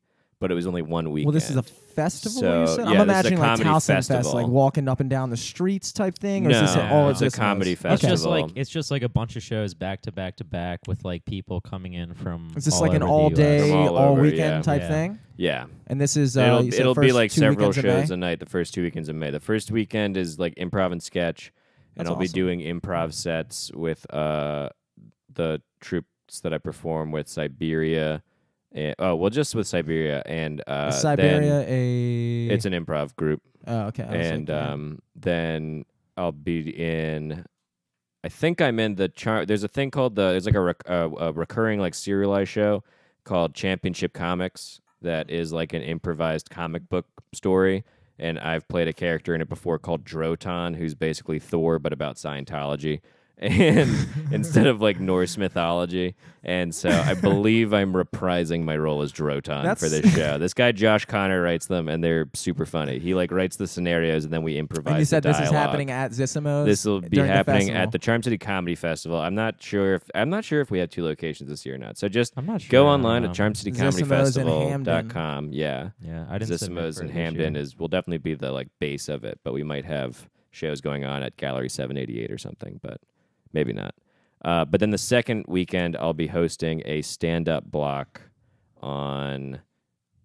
C: but it was only one weekend.
B: Well, this is a festival. you
C: So,
B: said?
C: yeah,
B: I'm
C: this is a
B: imagining like
C: comedy
B: Towson Fest,
C: festival.
B: like walking up and down the streets type thing. Or is this
C: No,
B: a, oh,
C: it's a
B: this
C: comedy
B: is-
A: It's
C: festival.
B: Okay.
A: just like it's just like a bunch of shows back to back to back with like people coming in from.
B: Is this
A: all
B: like an
A: over the
B: all
A: US.
B: day,
C: From
B: all,
C: all over,
B: weekend
C: yeah.
B: type
A: Yeah.
B: thing?
C: yeah.
B: And this is uh,
C: it'll
B: you said
C: it'll be
B: first
C: like
B: two
C: several
B: weekends in May?
C: shows a night. The first two weekends of May. The first weekend is like improv and sketch, and
B: That's
C: I'll be
B: awesome.
C: doing improv sets with uh the troops that I perform with Siberia. And, oh well, just with Siberia and uh,
B: Is
C: Then
B: Siberia a
C: it's an improv group,
B: oh, okay I was like,
C: and
B: yeah.
C: um, then I'll be in. I think I'm in the char. There's a thing called the. There's like a, rec- uh, a recurring like serialized show called Championship Comics that is like an improvised comic book story. And I've played a character in it before called Droton, who's basically Thor but about Scientology. And instead of like Norse mythology, and so I believe I'm reprising my role as Droton for
B: That's-
C: this show. This guy Josh Connor writes them, and they're super funny. He like writes the scenarios, and then we improvise.
B: and you said
C: the
B: this is
C: dialogue.
B: happening at Zissimo's.
C: This will be
B: during
C: happening
B: the
C: at the
B: festival?
C: Charm City Comedy Festival. I'm not sure if I'm not sure if we have two locations this year or not. So just
A: I'm not sure.
C: go
A: I don't
C: online
A: know.
C: at
B: Zissimo's in Hamden.
C: charmcitycomedyfestival.com. Yeah,
A: Yeah, I didn't. submit
C: Zissimo's
A: for
C: and
A: it this
C: Hamden
A: year.
C: is will definitely be the like base of it, but we might have shows going on at Gallery 788 or something, but maybe not. Uh, but then the second weekend, I'll be hosting a stand up block on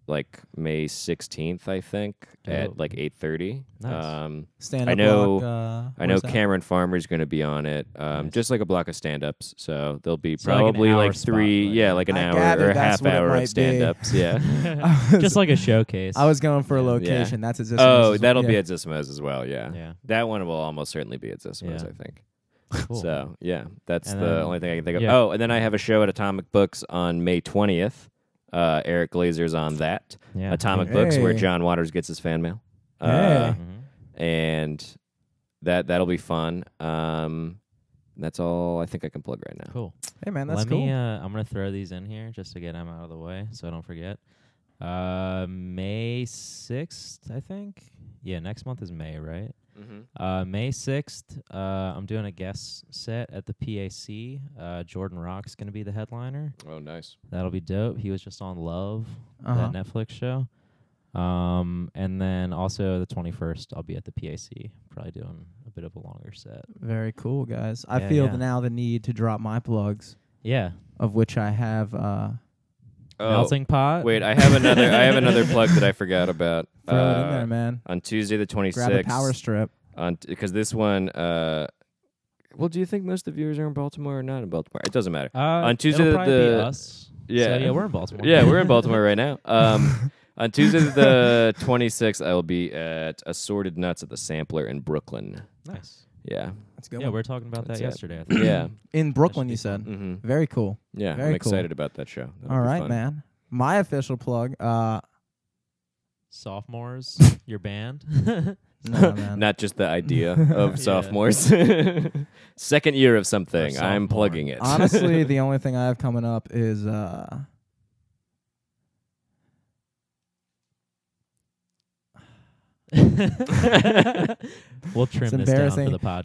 C: like May 16th, I think,
A: Dope.
C: at like 8:30.
A: Nice.
C: Um,
B: Stand
C: I
B: up.
C: know-
B: block, uh,
C: I
B: what
C: know
B: is that?
C: Cameron Farmer's going to be on it, um,
A: Nice.
C: just like a block of stand-ups. So there'll be
A: So like an
C: probably
A: hour
C: like,
A: spot,
C: three,
A: like-
C: yeah, like an
B: I
C: hour
B: gathered
C: or a
B: that's
C: half
B: what it
C: hour
B: might
C: of
B: be.
C: stand-ups. Yeah.
B: I was-
A: Just like a showcase.
B: I was going for a
A: Yeah.
B: location. That's it.
C: oh, that'll be at Zismos as well. Yeah.
A: Yeah.
C: that one will almost certainly be at Zismos,
A: Yeah.
C: I think.
A: Cool.
C: So yeah, that's
A: And
C: the
A: then-
C: only thing I can think of.
A: yeah.
C: Oh, and then I have a show at Atomic Books on May twentieth. Uh, Eric Glazer's on that
A: yeah.
C: Atomic Books, where
B: Hey.
C: John Waters gets his fan mail. Uh,
B: Hey.
A: Mhm.
C: and that that'll be fun. Um, that's all I think I can plug right now.
A: Cool.
B: Hey man, that's
A: Let
B: cool.
A: me. Uh, I'm gonna throw these in here just to get them out of the way, so I don't forget. Uh, May sixth, I think. Yeah, next month is May, right?
C: Mm-hmm.
A: Uh, May sixth. Uh, I'm doing a guest set at the PAC. Uh, Jordan Rock's gonna be the headliner.
C: Oh, nice.
A: That'll be dope. He was just on Love,
B: Uh-huh.
A: uh, that Netflix show. Um, and then also the 21st, I'll be at the PAC, probably doing a bit of a longer set.
B: Very cool, guys. I
A: Yeah,
B: feel
A: yeah.
B: now the need to drop my plugs,
A: Yeah,
B: of which I have. Uh,
C: Oh,
A: melting pot.
C: wait, I have another. I have another plug that I forgot about.
B: throw it in
C: Uh,
B: there, man.
C: On Tuesday the twenty
B: Grab a power
C: sixth,
B: strip.
C: on because this one. Uh, well, do you think most of the viewers are in Baltimore or not in Baltimore? It doesn't matter.
A: Uh,
C: on Tuesday
A: it'll probably
C: the-
A: be us.
C: yeah.
A: so, yeah, we're in Baltimore.
C: Yeah, we're in Baltimore right now. Um, on Tuesday the 26th, I will be at Assorted Nuts at the Sampler in Brooklyn.
A: nice.
C: Yeah,
B: That's good.
A: Yeah, we were talking about
C: That's
A: that
C: it.
A: yesterday. I think.
C: yeah,
B: in Brooklyn,
A: should
B: you
A: be
B: said.
C: hmm
B: Very cool.
C: yeah.
B: Very
C: I'm
B: cool.
C: excited about that show. That'll
B: All
C: be
B: right,
C: fun.
B: man. My official plug. Uh,
A: Sophomores, your band.
B: no, man.
C: Not just the idea
B: Uh, Yeah.
C: of sophomores. Second year of something.
A: Or
C: I'm
A: sophomore.
C: plugging it.
B: Honestly, the only thing I have coming up is uh
A: we'll trim this down for
B: embarrassing.
A: the podcast.
B: yeah,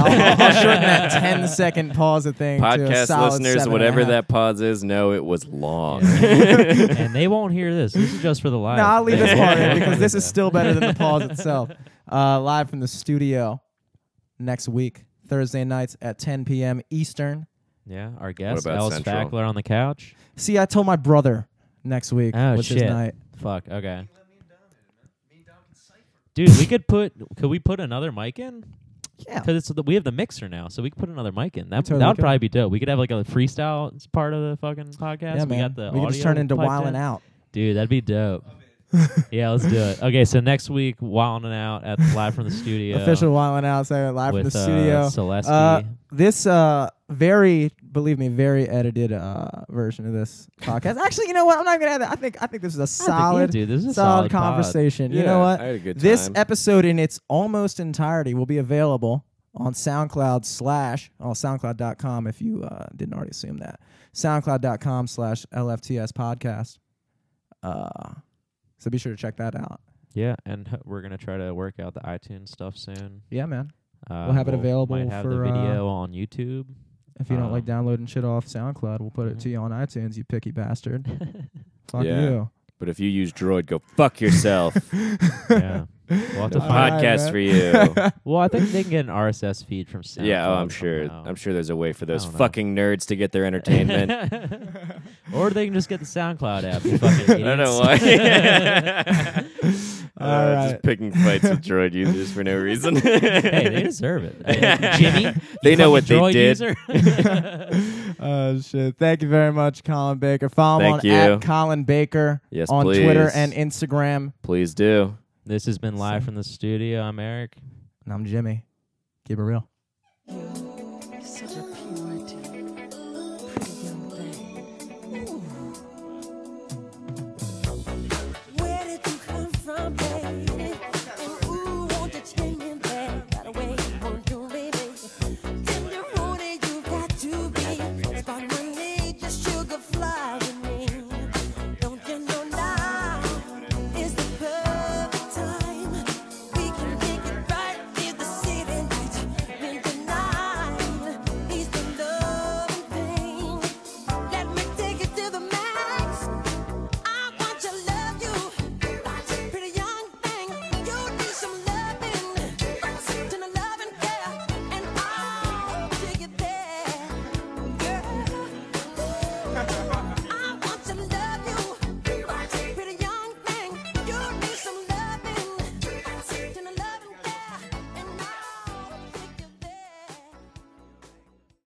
B: yeah, yeah. I'll, I'll shorten that 10 second pause a thing to a
C: podcast
B: solid
C: listeners,
B: seven
C: whatever
B: and a half.
C: that pause is, no, it was long.
A: Yeah. and they won't hear this. This is just for the live.
B: No, I'll leave this
A: They
B: part
A: won't
B: in
A: hear
B: because this is still better than the pause itself. Uh, live from the studio next week, Thursday nights at 10 p.m. Eastern.
A: Yeah, our guest
C: about
A: Alice
C: Central?
A: Fackler on the couch.
B: See, I told my brother next week
A: Oh
B: was
A: shit!
B: his night.
A: Fuck. Okay,
D: Let me and Dom in, man. Me and Dom can cipher.
A: dude, we could put. Could we put another mic in?
B: Yeah.
A: Because it's the, we have the mixer now, so we could put another mic in. That
B: totally
A: that would
B: could.
A: probably be dope. We could have like a freestyle s- part of the fucking podcast.
B: Yeah,
A: we
B: man.
A: got the.
B: we can just turn
A: audio
B: into
A: piped
B: Wildin'
A: in.
B: Out.
A: Dude, that'd be dope. yeah, let's do it. Okay, so next week, wilding out at live from the studio.
B: Official Wildin' Out segment live
A: with
B: from the
A: uh,
B: studio.
A: Selesky.
B: Uh, this uh very believe me very edited uh version of this podcast actually you know what i'm not gonna add that i think i think this is a solid
A: dude, this is a solid
B: solid,
A: pod.
B: conversation you
C: Yeah,
B: know what
C: I had a good
B: this
C: time.
B: episode in its almost entirety will be available on soundcloud slash on soundcloud.com if you uh didn't already assume that soundcloud.com slash lfts podcast uh so be sure to check that out
A: yeah, and h- we're gonna try to work out the iTunes stuff soon.
B: yeah man
A: Uh,
B: have it available
A: Might have the
B: for, uh,
A: video on YouTube.
B: if you don't like
A: Um,
B: downloading shit off soundcloud we'll put it
A: mhm.
B: to you on itunes you picky bastard fuck
C: Yeah.
B: you
C: But if you use Droid, go fuck yourself.
A: yeah, we'll have to
C: The
B: All
A: find.
B: right,
C: podcast
B: man.
C: for you. oh,
A: Well, I think they can get an RSS feed from SoundCloud.
C: Yeah, oh, I'm sure.
A: somehow.
C: I'm sure there's a way for those
A: don't know.
C: fucking nerds to get their entertainment.
A: or they can just get the SoundCloud app. You fucking
C: I don't know
A: idiots.
C: why.
B: All
C: Uh,
B: right.
C: Just picking fights with droid users for no reason.
A: hey, they deserve it. Uh, Jimmy, you
C: They know
A: fucking
C: what they
A: droid user.
C: did.
B: Oh shit! Thank you very much, Colin Baker. Follow him
C: Thank
B: on
C: you.
B: at Colin Baker
C: Yes,
B: on Twitter
C: please.
B: and Instagram.
C: Please do.
A: this has been live from the studio. I'm Eric.
B: And I'm Jimmy. Keep it real.